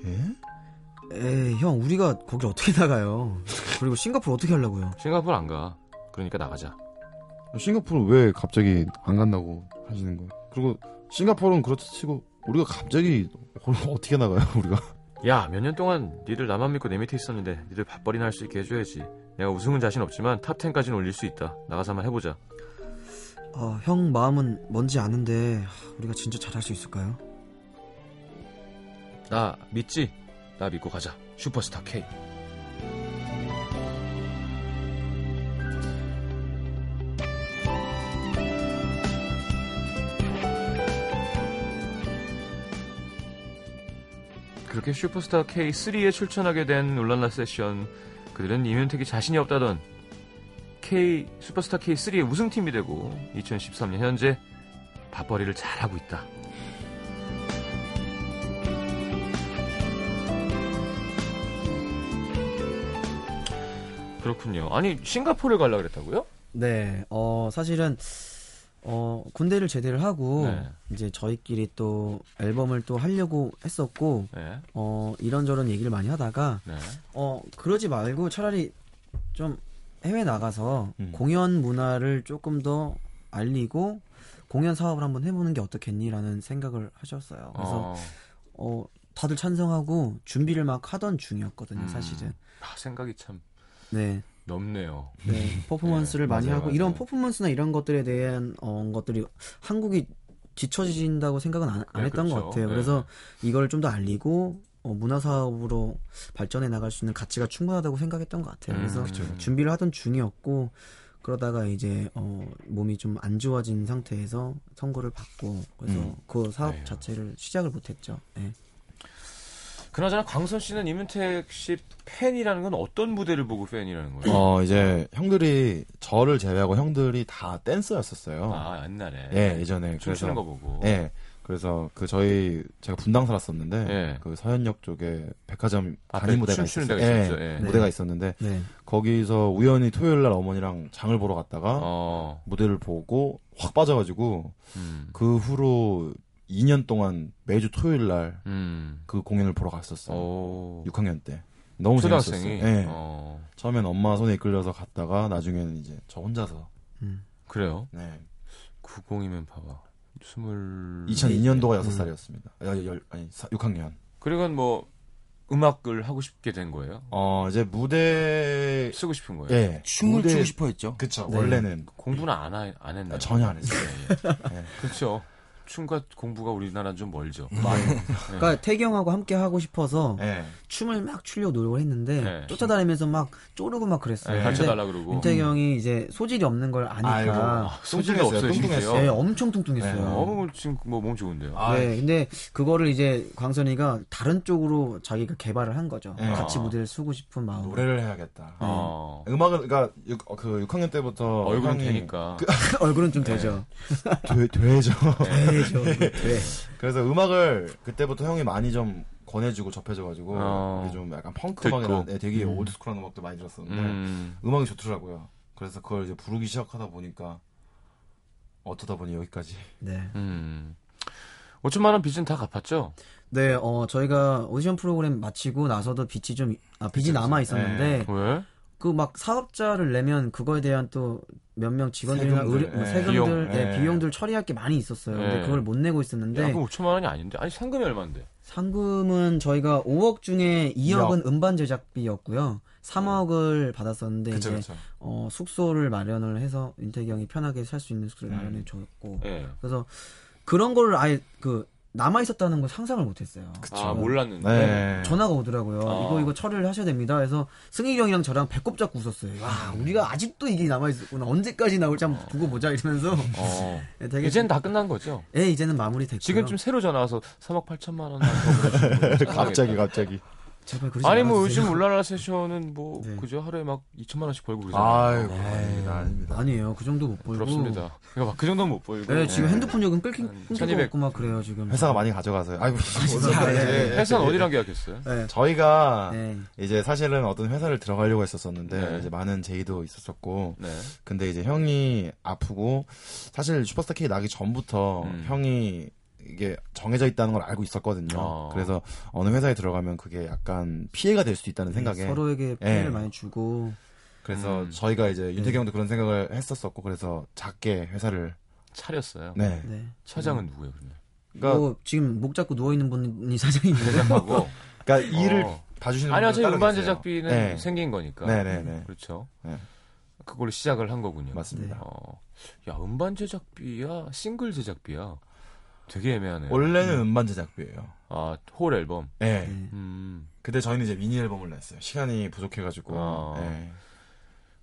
Speaker 5: 에이 형 우리가 거기 어떻게 나가요? 그리고 싱가포르 어떻게 하려고요?
Speaker 2: 싱가포르 안 가. 그러니까 나가자.
Speaker 3: 싱가포르 왜 갑자기 안 간다고 하시는 거예요? 그리고 싱가포르는 그렇다 치고 우리가 갑자기 어떻게 나가요 우리가?
Speaker 2: 야, 몇 년 동안 니들 나만 믿고 내 밑에 있었는데 니들 밥벌이나 할 수 있게 해줘야지. 내가 우승은 자신 없지만 탑 10까지는 올릴 수 있다. 나가서 한번 해보자.
Speaker 5: 어, 형 마음은 뭔지 아는데 하, 우리가 진짜 잘할 수 있을까요?
Speaker 2: 나 믿지? 나 믿고 가자. 슈퍼스타 K. 그렇게 슈퍼스타 K3에 출전하게 된 울란라 세션. 그들은 이윤택이 자신이 없다던 K 슈퍼스타 K3의 우승팀이 되고 2013년 현재 밥벌이를 잘하고 있다. 그렇군요. 아니 싱가포르 가려 그랬다고요?
Speaker 5: 네, 어, 사실은 어, 군대를 제대를 하고
Speaker 2: 네.
Speaker 5: 이제 저희끼리 또 앨범을 또 하려고 했었고
Speaker 2: 네.
Speaker 5: 어, 이런저런 얘기를 많이 하다가
Speaker 2: 네.
Speaker 5: 어, 그러지 말고 차라리 좀 해외 나가서 공연 문화를 조금 더 알리고 공연 사업을 한번 해보는 게 어떻겠니라는 생각을 하셨어요. 그래서
Speaker 2: 어.
Speaker 5: 어, 다들 찬성하고 준비를 막 하던 중이었거든요,
Speaker 2: 음.
Speaker 5: 사실은.
Speaker 2: 아, 생각이 참
Speaker 5: 네.
Speaker 2: 넓네요.
Speaker 5: 네, 퍼포먼스를
Speaker 2: 네,
Speaker 5: 많이
Speaker 2: 맞아요,
Speaker 5: 하고 이런
Speaker 2: 맞아요.
Speaker 5: 퍼포먼스나 이런 것들에 대한 어, 것들이 한국이 뒤처진다고 생각은 안, 안
Speaker 2: 네,
Speaker 5: 했던
Speaker 2: 그렇죠.
Speaker 5: 것 같아요.
Speaker 2: 네.
Speaker 5: 그래서 이걸 좀 더 알리고 어, 문화 사업으로 발전해 나갈 수 있는 가치가 충분하다고 생각했던 것 같아요.
Speaker 2: 음,
Speaker 5: 그래서
Speaker 2: 그쵸.
Speaker 5: 준비를 하던 중이었고 그러다가 이제 어, 몸이 좀 안 좋아진 상태에서 선고를 받고 그래서
Speaker 2: 음.
Speaker 5: 그 사업 자체를 시작을 못했죠. 네.
Speaker 2: 그나저나 광선 씨는 이문택 씨 팬이라는 건 어떤 무대를 보고 팬이라는 거예요?
Speaker 1: 어 이제 형들이 저를 제외하고 형들이 다 댄서였었어요.
Speaker 2: 아, 옛날에.
Speaker 1: 예 예전에
Speaker 2: 춤추는
Speaker 1: 그래서-
Speaker 2: 거 보고.
Speaker 1: 예 그래서 그 저희 제가 분당 살았었는데 그 서현역 쪽에 백화점
Speaker 2: 예. 앞에
Speaker 1: 간이 무대가
Speaker 2: 춤추는
Speaker 1: 있었어요.
Speaker 2: 데가 있었죠. 예.
Speaker 1: 무대가
Speaker 2: 네.
Speaker 1: 있었는데
Speaker 2: 네.
Speaker 1: 거기서 우연히 토요일 날 어머니랑 장을 보러 갔다가
Speaker 2: 어,
Speaker 1: 무대를 보고 확 빠져가지고
Speaker 2: 음.
Speaker 1: 그 후로 2년 동안 매주 토요일 날 그
Speaker 2: 음.
Speaker 1: 공연을 보러 갔었어요. 6학년 때. 너무
Speaker 2: 초등학생이?
Speaker 1: 재밌었어요. 예.
Speaker 2: 어.
Speaker 1: 처음엔 엄마 손에 이끌려서 갔다가 나중에는 이제 저 혼자서
Speaker 2: 그래요?
Speaker 1: 네.
Speaker 2: 90이면 봐봐. 20
Speaker 1: 2002년도가
Speaker 2: 음.
Speaker 1: 6살이었습니다. 아, 열, 아니 6학년.
Speaker 2: 그리고는 뭐 음악을 하고 싶게 된 거예요?
Speaker 1: 어 이제 무대
Speaker 2: 쓰고 싶은 거예요.
Speaker 1: 예.
Speaker 2: 춤을 추고 네.
Speaker 1: 싶어 했죠. 그쵸 원래는
Speaker 2: 공부는 안, 하, 안 했나요?
Speaker 1: 아, 전혀 안 했어요.
Speaker 2: 예, 예. 그렇죠. 춤과 공부가 우리나라는 좀 멀죠. 네,
Speaker 5: 그러니까 태기 형하고 함께 하고 싶어서
Speaker 2: 예.
Speaker 5: 춤을 막 추려고 노력을 했는데
Speaker 2: 예.
Speaker 5: 쫓아다니면서 막 쪼르고 막 그랬어요.
Speaker 2: 예,
Speaker 5: 근데
Speaker 2: 가르쳐달라 그러고.
Speaker 5: 윤태기 형이 이제 소질이 없는 걸
Speaker 2: 아이고,
Speaker 5: 아니까
Speaker 2: 소질이 없어요, 심지어.
Speaker 5: 네, 엄청 뚱뚱했어요.
Speaker 2: 네, 어우, 지금 뭐 몸 좋은데요.
Speaker 5: 네, 근데 그거를 이제 광선이가 다른 쪽으로 자기가 개발을 한 거죠.
Speaker 2: 네.
Speaker 1: 예.
Speaker 5: 같이
Speaker 1: 아.
Speaker 5: 무대를 쓰고 싶은 마음.
Speaker 1: 노래를 해야겠다.
Speaker 5: 네.
Speaker 2: 어.
Speaker 1: 음악은 그러니까 육, 어, 그 6학년 때부터
Speaker 2: 얼굴은
Speaker 1: 형이-
Speaker 2: 되니까.
Speaker 5: 얼굴은 좀
Speaker 2: 네.
Speaker 5: 되죠.
Speaker 1: 되, 되죠.
Speaker 5: 되죠.
Speaker 1: 네.
Speaker 5: 돼.
Speaker 1: 그래서 음악을 그때부터 형이 많이 좀 권해주고 접해줘가지고
Speaker 2: 어.
Speaker 1: 이게 좀 약간 펑크
Speaker 2: 듣고.
Speaker 1: 음악이나 네, 되게
Speaker 2: 음.
Speaker 1: 올드스쿨한 음악도 많이 들었었는데
Speaker 2: 음.
Speaker 1: 음. 악이 좋더라고요. 그래서 그걸 이제 부르기 시작하다 보니까 어쩌다 보니 여기까지.
Speaker 5: 네.
Speaker 2: 음. 5천만 원 빚은 다 갚았죠?
Speaker 5: 네, 어 저희가 오디션 프로그램 마치고 나서도 빚이 좀 아, 빚이 남아 있었는데
Speaker 2: 예. 왜?
Speaker 5: 그 막 사업자를 내면 그거에 대한 또 몇 명 직원들이나
Speaker 2: 세금들,
Speaker 5: 의료- 뭐
Speaker 2: 예.
Speaker 5: 세금들,
Speaker 2: 비용,
Speaker 5: 네,
Speaker 2: 예.
Speaker 5: 비용들 처리할 게 많이 있었어요.
Speaker 2: 예.
Speaker 5: 근데 그걸 못 내고 있었는데
Speaker 2: 야, 그럼 5천만 원이 아닌데? 아니, 상금이 얼마인데?
Speaker 5: 상금은 저희가 5억 중에 2억은
Speaker 2: 이억.
Speaker 5: 음반 제작비였고요. 3억을 받았었는데
Speaker 2: 그쵸,
Speaker 5: 네, 이제
Speaker 2: 그쵸.
Speaker 5: 어, 숙소를 마련을 해서 윤태기 형이 편하게 살 수 있는 숙소를
Speaker 2: 음.
Speaker 5: 마련해 줬고
Speaker 2: 예.
Speaker 5: 그래서 그런 거를 아예 그 남아 있었다는 걸 상상을 못했어요.
Speaker 2: 그쵸. 아, 몰랐는데. 네.
Speaker 5: 전화가 오더라고요.
Speaker 2: 아.
Speaker 5: 이거 이거 처리를 하셔야 됩니다. 그래서 승희 형이랑 저랑 배꼽 잡고 웃었어요. 와
Speaker 2: 음.
Speaker 5: 우리가 아직도 이게 남아 있었구나. 언제까지 나올지 한번 두고 보자 이러면서.
Speaker 2: 어.
Speaker 5: 네,
Speaker 2: 이젠 다 끝난 거죠?
Speaker 5: 예, 이제는 마무리됐고요.
Speaker 2: 지금 좀 새로 전화 와서 3억 8천만 원더 보내주시고
Speaker 1: 갑자기 갑자기.
Speaker 5: 제발 그러지
Speaker 2: 아니 뭐
Speaker 5: 말아주세요.
Speaker 2: 요즘 울랄라 세션은 뭐 그저 하루에 막 2천만 원씩 벌고 그러잖아요.
Speaker 1: 네. 아이고, 아닙니다, 아닙니다.
Speaker 5: 아니에요. 그 정도 못 벌고.
Speaker 2: 부럽습니다. 그러니까 막그 정도는 못 벌고.
Speaker 5: 네, 지금
Speaker 2: 예.
Speaker 5: 핸드폰 요금 끊긴 끊기고
Speaker 2: 1200.
Speaker 5: 있고 막 그래요 지금.
Speaker 1: 회사가 많이 가져가서요. 아이고.
Speaker 5: 회사가
Speaker 1: 예, 예, 예.
Speaker 2: 네, 회사는 어디랑 계약했어요?
Speaker 5: 네.
Speaker 1: 저희가 이제 사실은 어떤 회사를 들어가려고 했었었는데 이제 많은 제의도 있었었고
Speaker 2: 네.
Speaker 1: 근데 이제 형이 아프고 사실 슈퍼스타 K 나기 전부터 형이 이게 정해져 있다는 걸 알고 있었거든요.
Speaker 2: 어.
Speaker 1: 그래서 어느 회사에 들어가면 그게 약간 피해가 될 수도
Speaker 2: 음,
Speaker 1: 있다는 생각에
Speaker 2: 네.
Speaker 5: 서로에게 피해를
Speaker 1: 예.
Speaker 5: 많이 주고.
Speaker 1: 그래서 저희가 이제 윤태경 형도 그런 생각을 했었었고 그래서 작게 회사를
Speaker 2: 차렸어요.
Speaker 1: 네.
Speaker 5: 네.
Speaker 2: 차장은 누구예요, 그러면?
Speaker 1: 그러니까-
Speaker 5: 뭐 지금 목 잡고 누워 있는 분이 사장인데.
Speaker 2: 대장하고.
Speaker 1: 그러니까 일을
Speaker 2: 어.
Speaker 1: 봐주시는
Speaker 2: 아니 어차피
Speaker 1: 분들은 따로
Speaker 2: 음반
Speaker 1: 계세요.
Speaker 2: 제작비는
Speaker 1: 네.
Speaker 2: 생긴 거니까.
Speaker 1: 네네네.
Speaker 2: 그렇죠.
Speaker 1: 네.
Speaker 2: 그걸로 시작을 한 거군요.
Speaker 1: 맞습니다.
Speaker 2: 어. 야 음반 제작비야, 싱글 제작비야. 되게 애매하네요.
Speaker 1: 원래는 음반 제작비예요.
Speaker 2: 아홀 앨범.
Speaker 1: 네.
Speaker 2: 음.
Speaker 1: 근데 저희는 이제 미니 앨범을 냈어요. 시간이 부족해가지고.
Speaker 2: 아.
Speaker 1: 네.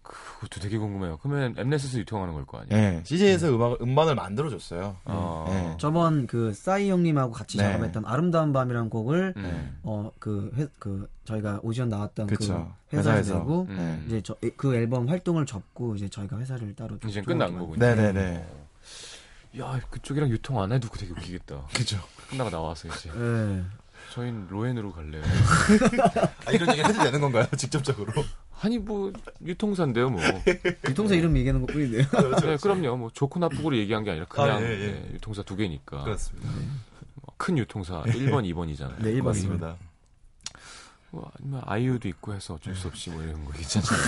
Speaker 2: 그것도 되게 궁금해요. 그러면 엠넷에서 유통하는 걸 거 아니에요?
Speaker 1: 네. CJ에서 음악 음반을 만들어줬어요.
Speaker 2: 아.
Speaker 1: 네.
Speaker 5: 저번 그 싸이 형님하고 같이
Speaker 1: 네.
Speaker 5: 작업했던 아름다운 밤이란 곡을
Speaker 2: 음.
Speaker 1: 네.
Speaker 5: 어그그 저희가 오디션 나왔던 그
Speaker 1: 그쵸.
Speaker 5: 회사에서
Speaker 1: 회사에서.
Speaker 2: 음.
Speaker 5: 내고
Speaker 1: 네.
Speaker 5: 이제 저 그 앨범 활동을 접고 이제 저희가 회사를 따로
Speaker 2: 이제
Speaker 5: 좀
Speaker 2: 끝난
Speaker 5: 만들고.
Speaker 2: 거군요. 어. 야 그쪽이랑 유통 안 해도 되게 웃기겠다.
Speaker 1: 그죠.
Speaker 2: 끝나가 나와서 이제.
Speaker 5: 네.
Speaker 2: 저희는 로엔으로 갈래요.
Speaker 1: 아, 이런 얘기 해도 되는 건가요? 직접적으로?
Speaker 2: 아니 뭐 유통사인데요, 뭐.
Speaker 5: 유통사 이름 얘기하는 것뿐인데요.
Speaker 2: 네, 그럼요. 뭐 좋고 나쁘고를 얘기한 게 아니라 그냥
Speaker 1: 아, 예, 예.
Speaker 2: 네, 유통사 두 개니까.
Speaker 1: 그렇습니다.
Speaker 2: 뭐큰 유통사 1번, 2번이잖아요.
Speaker 1: 네, 1번, 맞습니다.
Speaker 2: 뭐 아니면 아이유도 있고 해서 어쩔 수 없이 뭐 이런 거 있잖아요.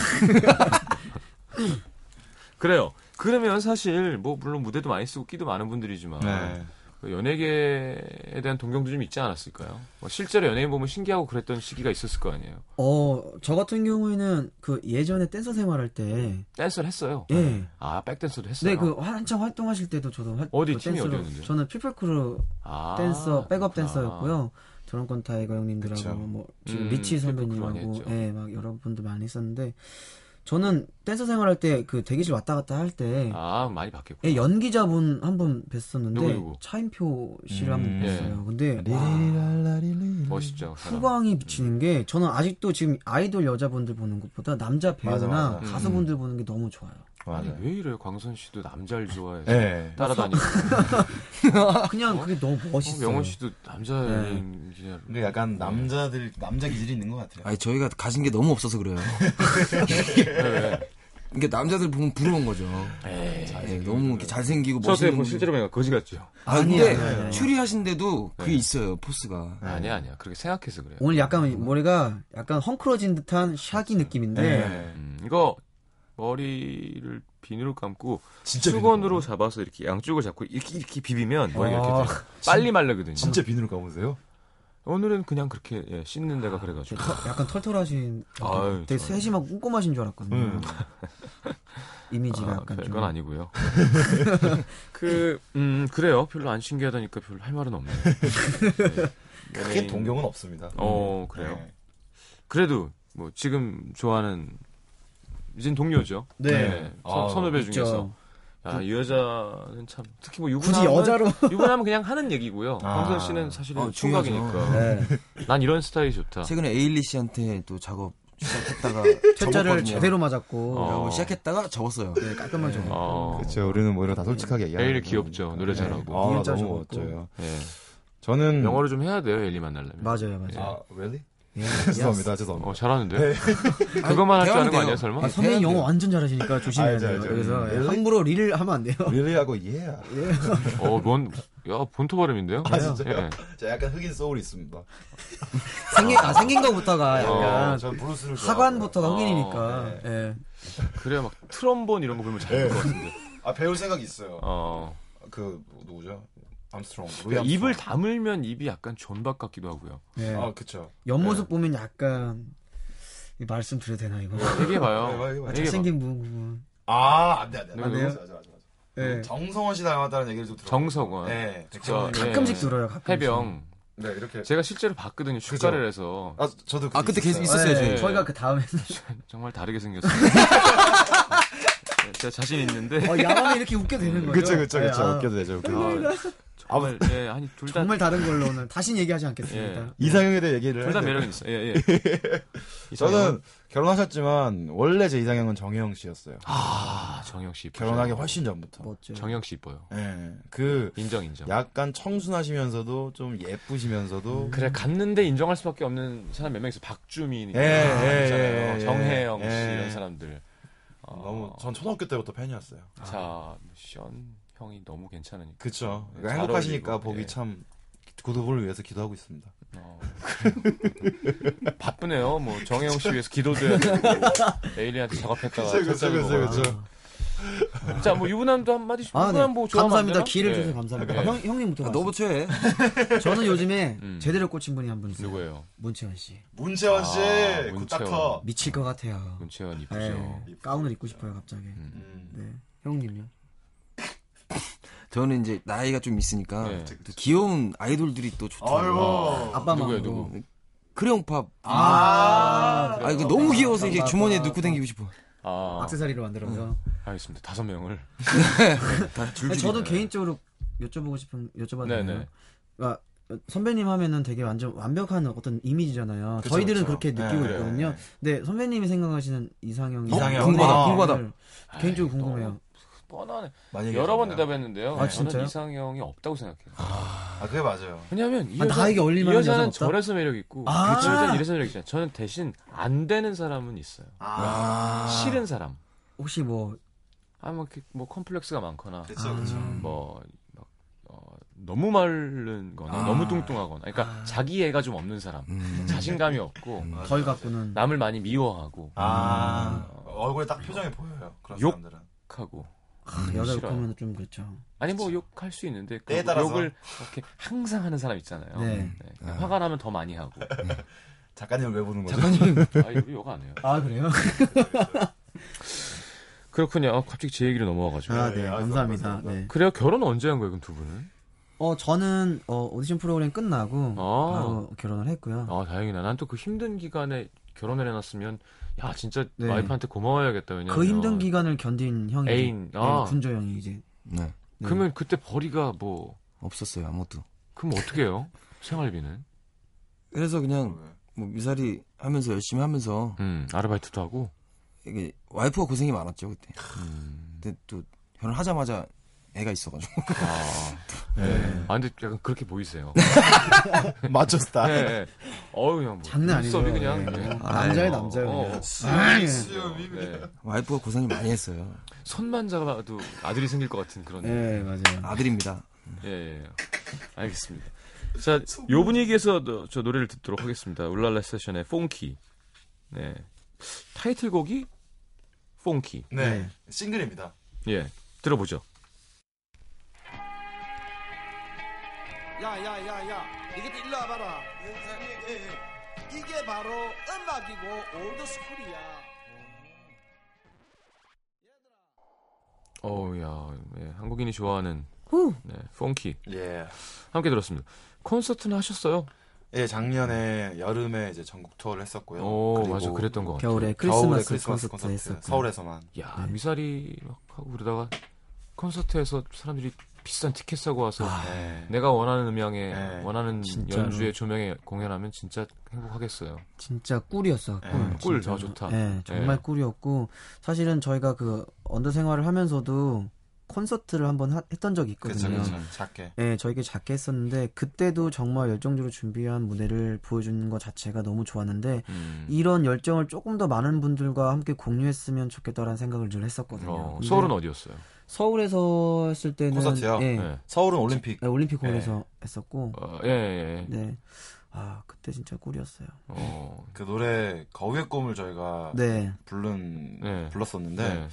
Speaker 2: 그래요. 그러면 사실 뭐 물론 무대도 많이 쓰고 끼도 많은 분들이지만
Speaker 1: 네.
Speaker 2: 그 연예계에 대한 동경도 좀 있지 않았을까요? 뭐 실제로 연예인 보면 신기하고 그랬던 시기가 있었을 거 아니에요.
Speaker 5: 어, 저 같은 경우에는 그 예전에 댄서 생활할 때
Speaker 2: 댄스를 했어요.
Speaker 5: 예.
Speaker 2: 아 백댄서도 했어요.
Speaker 5: 네, 그 한창 활동하실 때도 저도 활,
Speaker 2: 아. 어디
Speaker 5: 그
Speaker 2: 팀이
Speaker 5: 댄서로-
Speaker 2: 어디였는데요?
Speaker 5: 저는 피플크루
Speaker 2: 아,
Speaker 5: 댄서 백업
Speaker 2: 그렇구나.
Speaker 5: 댄서였고요. 드럼권 타이거 형님들하고
Speaker 2: 그쵸.
Speaker 5: 뭐 지금
Speaker 2: 음,
Speaker 5: 리치
Speaker 2: 피플크루 많이
Speaker 5: 선배님하고
Speaker 2: 했죠.
Speaker 5: 예, 막 여러 분들 많이 있었는데 저는 댄서 생활할 때 그 대기실 왔다 갔다 할때
Speaker 2: 아 많이 바뀌고.
Speaker 5: 예, 연기자분 한 분 뵀었는데
Speaker 2: 누구, 누구?
Speaker 5: 차인표 씨를 한 번
Speaker 2: 음, 예.
Speaker 5: 뵀어요. 근데
Speaker 2: 멋있죠. 사람.
Speaker 5: 예.
Speaker 2: 음.
Speaker 5: 후광이 비치는 게 저는 아직도 지금 아이돌 여자분들 보는 것보다 남자
Speaker 2: 맞아,
Speaker 5: 배우나
Speaker 2: 맞아. 음.
Speaker 5: 가수분들 보는 게 너무 좋아요.
Speaker 2: 아니 왜 이래요? 광선 씨도 남자를 좋아해서
Speaker 5: 예.
Speaker 1: 네.
Speaker 2: 따라다니고.
Speaker 5: 그냥 그게 너무
Speaker 2: 아, 뭐? 멋있어요. 명원 씨도 남자 연예인
Speaker 1: 근데 약간 남자들 남자 기질이 있는 것 같아요.
Speaker 12: 아니 저희가 가진 게 너무 없어서 그래요.
Speaker 2: 네,
Speaker 12: 이게 남자들 보면 부러운 거죠. 예, 너무
Speaker 1: 네. 뭐
Speaker 12: 이렇게 잘생기고
Speaker 2: 저도
Speaker 12: 멋있는
Speaker 2: 보면 실제로 보니까 거지 같죠.
Speaker 12: 아
Speaker 5: 아니야,
Speaker 12: 근데
Speaker 5: 아니야, 아니야.
Speaker 12: 추리하신데도 그게 있어요 포스가.
Speaker 1: 네.
Speaker 2: 아니야 아니야 그렇게 생각해서 그래요.
Speaker 5: 오늘 약간 머리가 약간 헝클어진 듯한 샤기
Speaker 1: 네.
Speaker 5: 느낌인데
Speaker 2: 음, 이거 머리를 비닐로 감고
Speaker 1: 진짜
Speaker 2: 수건으로 잡아서 이렇게 양쪽을 잡고 이렇게 이렇게 비비면 머리가
Speaker 1: 아,
Speaker 2: 이렇게 돼요. 빨리
Speaker 1: 진-
Speaker 2: 말르거든요.
Speaker 1: 진짜 비누로 감으세요?
Speaker 2: 오늘은 그냥 그렇게 예, 씻는 데가 그래가지고
Speaker 5: 약간 털털하신
Speaker 2: 아유,
Speaker 5: 되게
Speaker 2: 좋아요.
Speaker 5: 세심하고 꼼꼼하신 줄 알았거든요.
Speaker 2: 음.
Speaker 5: 이미지가
Speaker 2: 아,
Speaker 5: 약간
Speaker 2: 별건
Speaker 5: 좀
Speaker 2: 아니고요. 그, 음, 그래요. 별로 안 신기하다니까 별로 할 말은 없네요. 네.
Speaker 1: 크게 동경은 없습니다.
Speaker 2: 어,
Speaker 1: 음.
Speaker 2: 그래요.
Speaker 1: 네.
Speaker 2: 그래도 뭐 지금 좋아하는 이젠 동료죠.
Speaker 1: 네.
Speaker 2: 선-
Speaker 1: 아,
Speaker 2: 선후배
Speaker 1: 있죠.
Speaker 2: 중에서. 야, 이 여자는 참 특히 뭐
Speaker 1: 굳이
Speaker 2: 유부남은
Speaker 1: 여자로.
Speaker 2: 유부남은 그냥 하는 얘기고요.
Speaker 12: 아.
Speaker 2: 황선 씨는 사실은
Speaker 12: 어, 중요하죠.
Speaker 2: 총각이니까. 난 이런 스타일이 좋다.
Speaker 12: 최근에 에일리 씨한테 또 작업 시작했다가
Speaker 5: 퇴짜를
Speaker 12: 접었거든요.
Speaker 5: 제대로 맞았고.
Speaker 12: 그러고
Speaker 5: 어.
Speaker 12: 시작했다가 접었어요.
Speaker 5: 네, 깔끔하게 접었고.
Speaker 2: 어.
Speaker 1: 그렇죠. 우리는 뭐 이런 다 솔직하게 얘기하는
Speaker 2: 에일리
Speaker 1: 거니까.
Speaker 2: 귀엽죠. 노래
Speaker 1: 네. 음.
Speaker 2: 잘하고.
Speaker 1: 아,
Speaker 2: 이은자
Speaker 1: 너무
Speaker 2: 좋았고.
Speaker 1: 멋져요.
Speaker 2: 예.
Speaker 1: 저는
Speaker 2: 영어를 좀 해야 돼요. 에일리 만나려면.
Speaker 5: 맞아요, 맞아요.
Speaker 1: 아, really?
Speaker 5: 예.
Speaker 1: 죄송합니다. 죄송합니다.
Speaker 2: 어, 잘하는데.
Speaker 1: 네.
Speaker 2: 그것만 할 줄 아는 거
Speaker 1: 대화는
Speaker 2: 아니야,
Speaker 1: 돼요.
Speaker 2: 설마?
Speaker 5: 아, 선배님 영어 완전 잘하시니까 조심해야
Speaker 1: 알죠,
Speaker 5: 돼요.
Speaker 1: 알죠.
Speaker 5: 그래서
Speaker 1: 음,
Speaker 5: 예,
Speaker 1: really?
Speaker 5: 함부로 리를 하면 안 돼요.
Speaker 1: 릴리하고 예야.
Speaker 2: 어, 뭔, 야, 본토 발음인데요?
Speaker 1: 아 진짜요?
Speaker 2: 예.
Speaker 1: 저 약간 흑인 소울이 있습니다.
Speaker 5: 생긴 아, 생긴 거부터가
Speaker 2: 어,
Speaker 5: 약간
Speaker 1: 전 브루스를
Speaker 5: 하관부터가
Speaker 2: 좋아하고요.
Speaker 5: 흑인이니까.
Speaker 2: 어,
Speaker 5: 예.
Speaker 2: 그래야 막 트럼본 이런 거 불면 잘할 것 같은데.
Speaker 1: 아 배울 생각 있어요.
Speaker 2: 네. 어.
Speaker 1: 그 누구죠? 암스트롱. 로이
Speaker 2: 그러니까
Speaker 1: 암스트롱.
Speaker 2: 입을 다물면 입이 약간 존박 같기도 하고요.
Speaker 5: 예.
Speaker 1: 아, 그쵸.
Speaker 5: 옆모습 보면 약간 이 말씀 드려도 되나 이거?
Speaker 2: 얘기해봐요.
Speaker 1: 네, 얘기해봐요.
Speaker 5: 아, 잘생긴 분 그분.
Speaker 1: 아, 안 돼, 안 돼. 안 돼.
Speaker 5: 누구요?
Speaker 1: 맞아, 맞아, 맞아.
Speaker 5: 예.
Speaker 1: 음, 정성원 씨 닮았다는 얘기를 좀 들어.
Speaker 2: 정석원.
Speaker 1: 네.
Speaker 2: 저,
Speaker 5: 가끔씩 들어요, 가끔씩.
Speaker 2: 해병.
Speaker 1: 네, 이렇게.
Speaker 2: 제가 실제로 봤거든요. 축가를 해서.
Speaker 1: 아, 저도
Speaker 12: 아, 그때 계속 있었어요,
Speaker 2: 네.
Speaker 12: 저희.
Speaker 5: 저희가 그 다음에
Speaker 2: 정말 다르게 생겼어요. 네, 제가 자신 있는데.
Speaker 5: 어, 야밤에 이렇게 웃게 되는 거예요.
Speaker 1: 그쵸, 그쵸,
Speaker 5: 예,
Speaker 1: 그쵸.
Speaker 5: 아.
Speaker 1: 웃겨도 되죠, 웃겨도
Speaker 5: 아,
Speaker 1: 되죠.
Speaker 2: 정말, 예, 아니, 둘 다.
Speaker 5: 정말 다른 걸로 오늘 다신 얘기하지 않겠습니다.
Speaker 1: 이상형에 대해 얘기를.
Speaker 2: 둘 다
Speaker 1: 해야 돼요.
Speaker 2: 매력이 있어. 예, 예. 이상형은?
Speaker 1: 네. 저는 결혼하셨지만 원래 제 이상형은 정혜영 씨였어요.
Speaker 2: 아, 정영 씨. 이쁘죠.
Speaker 1: 결혼하기 훨씬
Speaker 5: 뭐.
Speaker 1: 전부터.
Speaker 2: 정영 씨 이뻐요.
Speaker 1: 예. 그
Speaker 2: 인정, 인정.
Speaker 1: 약간 청순하시면서도 좀 예쁘시면서도
Speaker 2: 그래 갔는데 인정할 수밖에 없는 사람 몇 명 있어. 박주민,
Speaker 1: 예,
Speaker 2: 아,
Speaker 1: 예,
Speaker 2: 있잖아요.
Speaker 1: 예,
Speaker 2: 정혜영
Speaker 1: 예.
Speaker 2: 씨 이런 사람들. 어,
Speaker 1: 너무 전 초등학교 때부터 팬이었어요.
Speaker 2: 자, 션 형이 너무 괜찮으니까.
Speaker 1: 그쵸.
Speaker 2: 예,
Speaker 1: 그러니까
Speaker 2: 잘
Speaker 1: 행복하시니까
Speaker 2: 어울리고,
Speaker 1: 보기
Speaker 2: 예.
Speaker 1: 참 구두부를 위해서 기도하고 있습니다.
Speaker 2: 어, 그래요. 바쁘네요. 뭐 정혜영 씨 위해서 기도도 해야 되고 에일리한테 작업했다가
Speaker 1: 그쵸, 그쵸,
Speaker 2: 첫자리
Speaker 1: 그쵸,
Speaker 2: 먹어야
Speaker 1: 그쵸.
Speaker 2: 되고. 자, 뭐 유부남도 한 마디씩.
Speaker 5: 아,
Speaker 2: 유부남
Speaker 5: 네.
Speaker 2: 뭐 좋아하면
Speaker 5: 감사합니다.
Speaker 2: 안 되나?
Speaker 5: 기회를
Speaker 2: 예.
Speaker 5: 주셔서 감사합니다.
Speaker 2: 예.
Speaker 5: 형, 형님부터.
Speaker 12: 아, 너부터 해.
Speaker 5: 말씀. 저는 요즘에
Speaker 2: 음.
Speaker 5: 제대로 꽂힌 분이 한 분 있어요.
Speaker 2: 누구예요?
Speaker 5: 문채원 씨.
Speaker 1: 문채원 씨, 그
Speaker 2: 아, 문채원.
Speaker 1: 굿닥터.
Speaker 5: 미칠 것 같아요.
Speaker 2: 문채원 이쁘죠.
Speaker 5: 네, 가운을 입고 싶어요, 갑자기.
Speaker 1: 음.
Speaker 5: 네. 형님요?
Speaker 12: 저는 이제 나이가 좀
Speaker 5: 예.
Speaker 12: 있으니까
Speaker 1: 아,
Speaker 2: 네.
Speaker 12: 또 귀여운 아이돌들이 또 좋더라고요.
Speaker 5: 아이고. 아빠만.
Speaker 2: 누구야, 누구?
Speaker 12: 크레용팝.
Speaker 5: 아,
Speaker 12: 아, 이거 너무 귀여워서 이게 주머니에 넣고 다니고 싶어.
Speaker 2: 아,
Speaker 5: 악세사리로 만들어서.
Speaker 2: 알겠습니다. 다섯 명을.
Speaker 12: 다
Speaker 5: 아니,
Speaker 12: 줄줄이.
Speaker 5: 저도 개인적으로 여쭤보고 싶은 여쭤봐도
Speaker 2: 네네.
Speaker 5: 되나요? 그러니까 선배님 하면은 되게 완전 완벽한 어떤 이미지잖아요.
Speaker 12: 그쵸,
Speaker 5: 저희들은
Speaker 12: 그쵸.
Speaker 5: 그렇게 느끼고
Speaker 12: 네,
Speaker 5: 있거든요.
Speaker 12: 네.
Speaker 5: 근데 선배님이 생각하시는 이상형 아, 네.
Speaker 12: 이상형. 궁금하다, 궁금하다.
Speaker 5: 개인적으로
Speaker 2: 아,
Speaker 5: 궁금해요.
Speaker 2: 뻔하네.
Speaker 12: 많이
Speaker 2: 여러 번
Speaker 12: 얘기하셨나요?
Speaker 2: 대답했는데요.
Speaker 5: 아,
Speaker 2: 저는
Speaker 5: 진짜요?
Speaker 2: 이상형이 없다고 생각해요.
Speaker 1: 아 그게 맞아요.
Speaker 2: 왜냐하면 이
Speaker 5: 아,
Speaker 2: 여자,
Speaker 5: 나에게
Speaker 2: 이
Speaker 5: 어울릴만한
Speaker 2: 여자는
Speaker 5: 여자가 없다?
Speaker 2: 저래서 매력 있고 그
Speaker 5: 아.
Speaker 2: 이 여자는 이래서 매력 있잖아요. 저는 대신 안 되는 사람은 있어요.
Speaker 12: 아.
Speaker 5: 아.
Speaker 2: 싫은 사람.
Speaker 5: 혹시 뭐
Speaker 2: 아뭐 뭐 컴플렉스가 많거나
Speaker 5: 아.
Speaker 1: 그쵸, 그쵸.
Speaker 2: 뭐 막, 어, 너무 마른거나
Speaker 5: 아.
Speaker 2: 너무 뚱뚱하거나 그러니까 자기 애가 좀 없는 사람
Speaker 5: 음.
Speaker 2: 자신감이 없고
Speaker 5: 덜 갖고는.
Speaker 2: 남을 많이 미워하고
Speaker 1: 아 얼굴에 딱 표정이 보여요. 그런 사람들은.
Speaker 2: 욕하고
Speaker 5: 여자
Speaker 2: 싫어요.
Speaker 5: 욕하면 좀 그렇죠.
Speaker 2: 아니 뭐 욕할 수 있는데 그
Speaker 1: 때에 따라서.
Speaker 2: 욕을 이렇게 항상 하는 사람 있잖아요.
Speaker 5: 네.
Speaker 2: 그냥 화가 나면 더 많이 하고.
Speaker 1: 작가님을 왜 보는 거죠?
Speaker 2: 작가님 아, 욕 안 해요.
Speaker 5: 아 그래요?
Speaker 2: 그렇군요. 아, 갑자기 제 얘기로 넘어와가지고.
Speaker 5: 아, 네, 감사합니다. 네.
Speaker 2: 그래요 결혼 언제 한 거예요 그럼 두 분은?
Speaker 5: 어 저는 어, 오디션 프로그램 끝나고
Speaker 2: 아.
Speaker 5: 바로 결혼을 했고요.
Speaker 2: 아 다행이다. 난 또 그 힘든 기간에 결혼을 해놨으면 야 진짜
Speaker 5: 네.
Speaker 2: 와이프한테 고마워야겠다.
Speaker 1: 네,
Speaker 2: 왜냐면
Speaker 5: 그
Speaker 1: 어.
Speaker 5: 힘든 기간을 견딘 형이
Speaker 2: 애인,
Speaker 5: 이제,
Speaker 2: 아.
Speaker 5: 네, 군조 형이 이제
Speaker 12: 네.
Speaker 2: 그러면 그때 벌이가 뭐
Speaker 12: 없었어요 아무것도.
Speaker 2: 그럼 어떻게 해요? 생활비는?
Speaker 12: 그래서 그냥 뭐 미사리 하면서 열심히 하면서
Speaker 2: 음, 아르바이트도 하고
Speaker 12: 이게 와이프가 고생이 많았죠 그때. 음. 근데 또 결혼하자마자 애가 있어가지고. 네.
Speaker 2: 아 근데 약간 그렇게 보이세요.
Speaker 1: 맞죠 스타일.
Speaker 2: 네, 네. 어우 그냥 뭐
Speaker 12: 아. 장난
Speaker 2: 눈썹이
Speaker 12: 아니고요.
Speaker 2: 그냥
Speaker 12: 네.
Speaker 2: 그냥.
Speaker 12: 남자예요, 남자예요,
Speaker 2: 어,
Speaker 12: 그냥.
Speaker 2: 어.
Speaker 12: 수염이,
Speaker 2: 네.
Speaker 12: 수염이 그냥.
Speaker 2: 네.
Speaker 12: 와이프가 고생이 많이 했어요.
Speaker 2: 손만 잡아도 아들이 생길 것 같은 그런.
Speaker 5: 예,
Speaker 12: 네, 맞아요. 아들입니다.
Speaker 2: 예, 예. 알겠습니다. 자, 요 분위기에서 너- 저 노래를 듣도록 하겠습니다. 울랄라 세션의 폰키. 네. 타이틀곡이 폰키.
Speaker 1: 네. 싱글입니다.
Speaker 2: 예. 들어보죠.
Speaker 13: 야야야야 이게 일로 와봐라 예, 이게 바로 음악이고 올드스쿨이야
Speaker 2: 어우, 야. 예, 한국인이 좋아하는
Speaker 1: 후.
Speaker 2: 네, 폰키.
Speaker 1: 예.
Speaker 2: 함께 들었습니다. 콘서트는 하셨어요?
Speaker 1: 예, 작년에 여름에 이제 전국 투어를 했었고요.
Speaker 2: 오, 맞아. 그랬던 것 같아요.
Speaker 1: 어, 겨울에 크리스마스 콘서트 했었고. 서울에서만.
Speaker 2: 야, 미사리 막 하고 그러다가 콘서트에서 사람들이 비싼 티켓 사고 와서
Speaker 1: 아,
Speaker 5: 아,
Speaker 1: 네.
Speaker 2: 내가 원하는 음향에 원하는
Speaker 5: 진짜로.
Speaker 2: 연주에 조명에 공연하면 진짜 행복하겠어요.
Speaker 5: 진짜 꿀이었어. 꿀.
Speaker 1: 음,
Speaker 2: 예, 꿀,
Speaker 5: 진짜로.
Speaker 2: 아, 좋다.
Speaker 5: 예, 정말
Speaker 2: 예.
Speaker 5: 꿀이었고 사실은 저희가 그 언더 생활을 하면서도 콘서트를 한번 하- 했던 적이 있거든요.
Speaker 1: 그쵸, 그쵸. 작게.
Speaker 5: 예, 저희가 작게 했었는데 그때도 정말 열정적으로 준비한 무대를 보여주는 것 자체가 너무 좋았는데
Speaker 2: 음.
Speaker 5: 이런 열정을 조금 더 많은 분들과 함께 공유했으면 좋겠다라는 생각을 늘 했었거든요.
Speaker 2: 어,
Speaker 5: 근데
Speaker 2: 서울은 어디였어요?
Speaker 5: 서울에서 했을 때는
Speaker 1: 콘서트요?
Speaker 5: 예.
Speaker 1: 네. 서울은 올림픽.
Speaker 5: 네, 올림픽 홀에서
Speaker 1: 예.
Speaker 5: 했었고.
Speaker 2: 예, 예, 예.
Speaker 5: 네. 아, 그때 진짜 꿀이었어요.
Speaker 1: 그 노래 거위의 꿈을 저희가
Speaker 5: 네.
Speaker 1: 부른
Speaker 2: 네.
Speaker 1: 불렀었는데
Speaker 2: 네.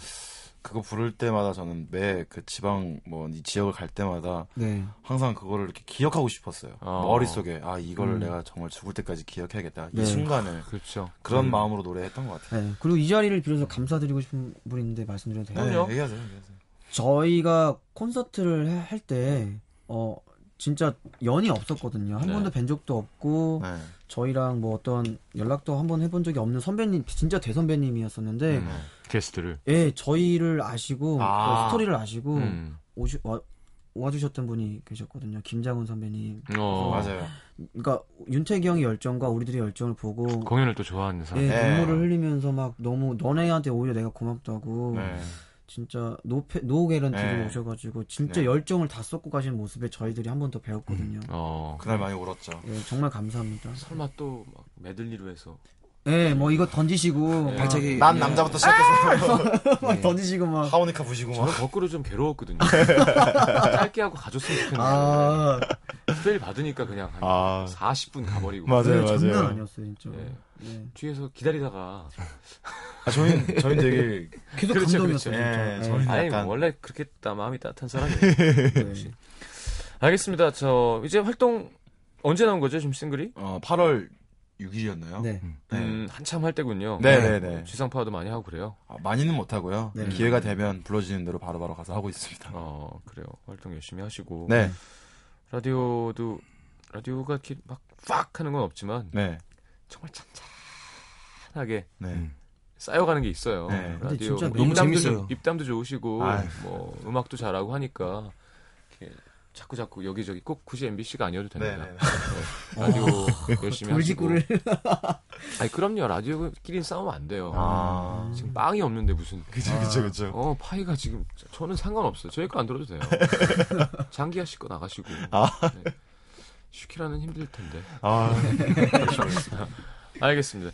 Speaker 1: 그거 부를 때마다 저는 매 그 지방 뭐 이 지역을 갈 때마다
Speaker 5: 네.
Speaker 1: 항상 그거를 이렇게 기억하고 싶었어요.
Speaker 2: 어.
Speaker 1: 머릿속에 아 이거를
Speaker 5: 음.
Speaker 1: 내가 정말 죽을 때까지 기억해야겠다.
Speaker 5: 네.
Speaker 1: 이 순간을
Speaker 2: 그렇죠.
Speaker 1: 그런
Speaker 2: 음.
Speaker 1: 마음으로 노래했던 것 같아요.
Speaker 5: 네, 그리고 이 자리를 빌어서 감사드리고 싶은 분인데 말씀드려도 돼요?
Speaker 1: 그럼요. 네, 얘기하세요, 얘기하세요.
Speaker 5: 저희가 콘서트를 할 때 어, 진짜 연이 없었거든요. 한
Speaker 1: 네.
Speaker 5: 번도 뵌 적도 없고 저희랑 뭐 어떤 연락도 한 번 해본 적이 없는 선배님, 진짜
Speaker 1: 네.
Speaker 5: 대선배님이었었는데
Speaker 1: 음.
Speaker 2: 게스트를.
Speaker 5: 예, 저희를 아시고
Speaker 2: 아.
Speaker 5: 또 스토리를 아시고
Speaker 2: 음.
Speaker 5: 오시, 와, 와주셨던 분이 계셨거든요. 김장훈 선배님.
Speaker 2: 어.
Speaker 5: 그래서
Speaker 2: 맞아요.
Speaker 5: 그러니까 윤태기 형의 열정과 우리들의 열정을 보고
Speaker 2: 공연을 또 좋아하는 사람.
Speaker 5: 예,
Speaker 2: 네.
Speaker 5: 눈물을 흘리면서 막 너무 너네한테 오히려 내가 고맙다고
Speaker 2: 네.
Speaker 5: 진짜 노페 노 개런티로
Speaker 1: 네.
Speaker 5: 오셔가지고 진짜
Speaker 1: 네. 음.
Speaker 5: 열정을 다 쏟고 가시는 모습에 저희들이 한 번 더 배웠거든요.
Speaker 2: 어.
Speaker 1: 그날 많이 울었죠.
Speaker 5: 예, 정말 감사합니다.
Speaker 2: 설마 또 막 메들리로 해서
Speaker 5: 예, 뭐 이거 던지시고
Speaker 1: 네.
Speaker 2: 예.
Speaker 5: 막-
Speaker 1: 남 남자부터 시작해서
Speaker 5: 막 던지시고 막
Speaker 1: 하모니카 부시고 막
Speaker 2: 저는 거꾸로 좀 괴로웠거든요. 짧게 하고 가줬으면
Speaker 1: 네.
Speaker 2: 좋겠는데
Speaker 5: 아.
Speaker 2: 스페일 받으니까 그냥 한
Speaker 1: 아.
Speaker 2: 40분 가버리고 네.
Speaker 1: 맞아요, 네, 맞아요. 장난
Speaker 5: 아니었어요, 진짜. 예.
Speaker 2: 뒤에서 기다리다가
Speaker 1: 아, 저희는- 저희는 되게 계속 감동이었어요, 진짜. 예. 저희는
Speaker 2: 아니 뭐
Speaker 1: 약간-
Speaker 2: 원래 그렇게 따 마음이 따뜻한 사람이에요.
Speaker 5: 예.
Speaker 1: 네.
Speaker 2: 역시. 알겠습니다. 저 이제 활동 언제 나온 거죠? 지금 싱글이?
Speaker 1: 어, 8월 6일이었나요? 네.
Speaker 2: 음, 한참 할 때군요.
Speaker 1: 네네네.
Speaker 2: 지상파도 많이 하고 그래요.
Speaker 1: 아, 많이는 못 하고요.
Speaker 2: 네.
Speaker 1: 기회가 되면 불러주는 대로 바로바로 가서 하고 있습니다.
Speaker 2: 어 그래요. 활동 열심히 하시고
Speaker 1: 네.
Speaker 2: 라디오도 라디오가 이렇게 막팍 하는 건 없지만
Speaker 1: 네.
Speaker 2: 정말 찬찬하게
Speaker 1: 네.
Speaker 2: 쌓여가는 게 있어요.
Speaker 1: 네. 근데
Speaker 2: 라디오 뭐
Speaker 1: 진짜
Speaker 2: 입담도
Speaker 1: 너무 재밌어요.
Speaker 2: 좋- 입담도 좋으시고
Speaker 1: 아유.
Speaker 2: 뭐 음악도 잘하고 하니까 이렇게 자꾸 자꾸 여기저기 꼭 굳이 MBC가 아니어도 됩니다.
Speaker 1: 네, 네,
Speaker 2: 네.
Speaker 1: 네.
Speaker 2: 라디오
Speaker 1: 어.
Speaker 2: 열심히
Speaker 1: 돌직구를.
Speaker 2: 하시고. 아니 그럼요 라디오끼리 싸우면 안 돼요.
Speaker 1: 아.
Speaker 2: 지금 빵이 없는데 무슨.
Speaker 1: 그쵸, 그쵸, 그쵸.
Speaker 2: 어 파이가 지금 저는 상관없어요. 저희 거 안 들어도 돼요. 장기하 씨거 나가시고.
Speaker 1: 아.
Speaker 2: 네. 슈키라는 힘들 텐데.
Speaker 1: 아.
Speaker 2: 알겠습니다.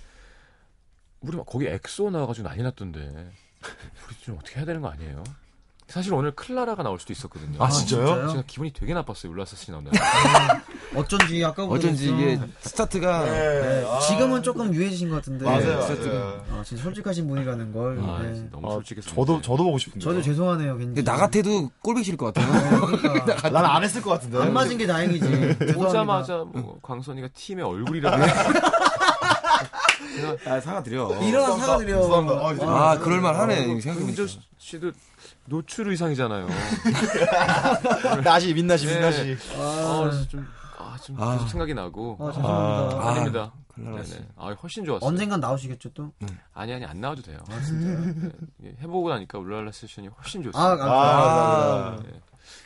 Speaker 2: 우리 막 거기 엑소 나와가지고 난리 났던데. 우리 좀 어떻게 해야 되는 거 아니에요? 사실 오늘 클라라가 나올 수도 있었거든요.
Speaker 1: 아, 진짜요? 아,
Speaker 2: 제가 기분이 되게 나빴어요. 울라스 씨 나온다.
Speaker 5: 어쩐지 아까부터
Speaker 2: 어쩐지
Speaker 5: 그랬어.
Speaker 2: 이게 스타트가-
Speaker 5: 네,
Speaker 2: 아.
Speaker 5: 지금은 조금 유해지신 것 같은데
Speaker 2: 맞아요,
Speaker 5: 스타트가 아, 진짜 솔직하신 분이라는 걸
Speaker 2: 아,
Speaker 5: 네.
Speaker 2: 진짜 너무 솔직해서.
Speaker 1: 저도 저도 보고 싶은데.
Speaker 5: 저도 죄송하네요
Speaker 12: 근데
Speaker 5: 괜히
Speaker 12: 나 같아도 꼴보기 싫을 것 같아요.
Speaker 1: 난 안 했을 것 같은데.
Speaker 5: 안 맞은 게 다행이지. 죄송합니다.
Speaker 2: 음, 오자마자
Speaker 1: 음.
Speaker 2: 뭐 광선이가 팀의 얼굴이라고.
Speaker 12: 아, 사과드려.
Speaker 5: 일어나 사과드려.
Speaker 2: 죄송합니다.
Speaker 12: 아, 그럴만 하네.
Speaker 2: 뭐 은조
Speaker 12: 생각해보니까.
Speaker 2: 씨도 노출 의상이잖아요.
Speaker 1: 나시, 민나시,
Speaker 2: 네.
Speaker 1: 민나시.
Speaker 2: 아, 그래서 좀, 아, 좀
Speaker 12: 아.
Speaker 2: 계속 생각이 나고.
Speaker 5: 네. 아, 죄송합니다.
Speaker 2: 아, 닙니다
Speaker 5: 아, 큰일 났어요.
Speaker 2: 아, 훨씬 좋았어요.
Speaker 5: 언젠간 나오시겠죠 또?
Speaker 2: 아니 아니 안 나와도 돼요. 진짜. 해보고 나니까 울랄라 세션이 훨씬 좋습니다.
Speaker 5: 아, 감사합니다.
Speaker 1: 아.
Speaker 2: 네.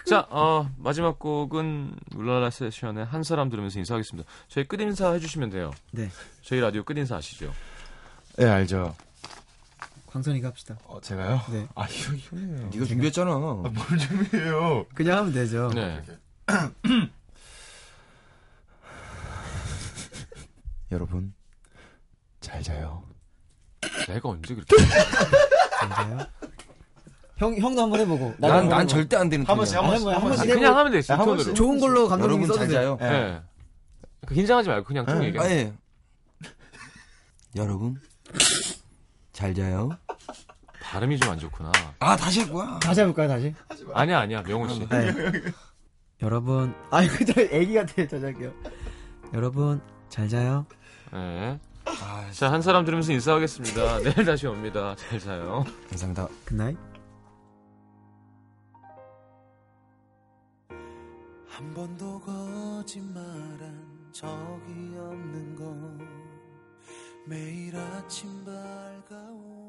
Speaker 2: 자 어, 마지막 곡은 울랄라 세션의 한 사람 들으면서 인사하겠습니다. 저희 끝 인사 해주시면 돼요.
Speaker 5: 네.
Speaker 2: 저희 라디오 끝 인사 아시죠?
Speaker 1: 예, 알죠.
Speaker 5: 광선이가 합시다.
Speaker 1: 제가요? 뭐.
Speaker 5: 네.
Speaker 1: 아, 이거 형이에요.
Speaker 12: 네가 준비했잖아.
Speaker 1: 뭘 준비해요?
Speaker 5: 그냥 하면 되죠.
Speaker 2: 네.
Speaker 1: 여러분 잘 자요.
Speaker 2: 내가 언제 그렇게?
Speaker 5: 네, 형 형도 한번 해보고.
Speaker 12: 난- 난 절대 안 되는 한 번씩,
Speaker 1: 네,
Speaker 12: 톤이야. 한 번씩,
Speaker 5: 아,
Speaker 12: 한 번씩.
Speaker 5: 해보고.
Speaker 2: 그냥 하면 돼요.
Speaker 5: 아, 한 번씩.
Speaker 2: 톤으로.
Speaker 5: 좋은 걸로 감독님이
Speaker 12: 여러분
Speaker 5: 써도
Speaker 12: 잘
Speaker 5: 돼요.
Speaker 12: 자요.
Speaker 1: 네.
Speaker 2: 예. 그 긴장하지 말고 그냥 통
Speaker 12: 예.
Speaker 2: 얘기해.
Speaker 12: 아, 예. 여러분 잘 자요.
Speaker 2: 발음이 좀 안 좋구나.
Speaker 12: 아 다시 할 거야.
Speaker 5: 다시 해볼까요 다시?
Speaker 2: 아니야 아니야 명호 씨.
Speaker 5: 네. 여러분 아 이거 저 애기 같아 저 자기요. 여러분 잘 자요.
Speaker 2: 네. 자, 한 사람 들으면서 인사하겠습니다. 내일 다시 옵니다. 잘 자요.
Speaker 12: 감사합니다.
Speaker 5: 굿나잇.
Speaker 10: 한 번도 거짓말한 적이 없는 건 매일 아침 밝아오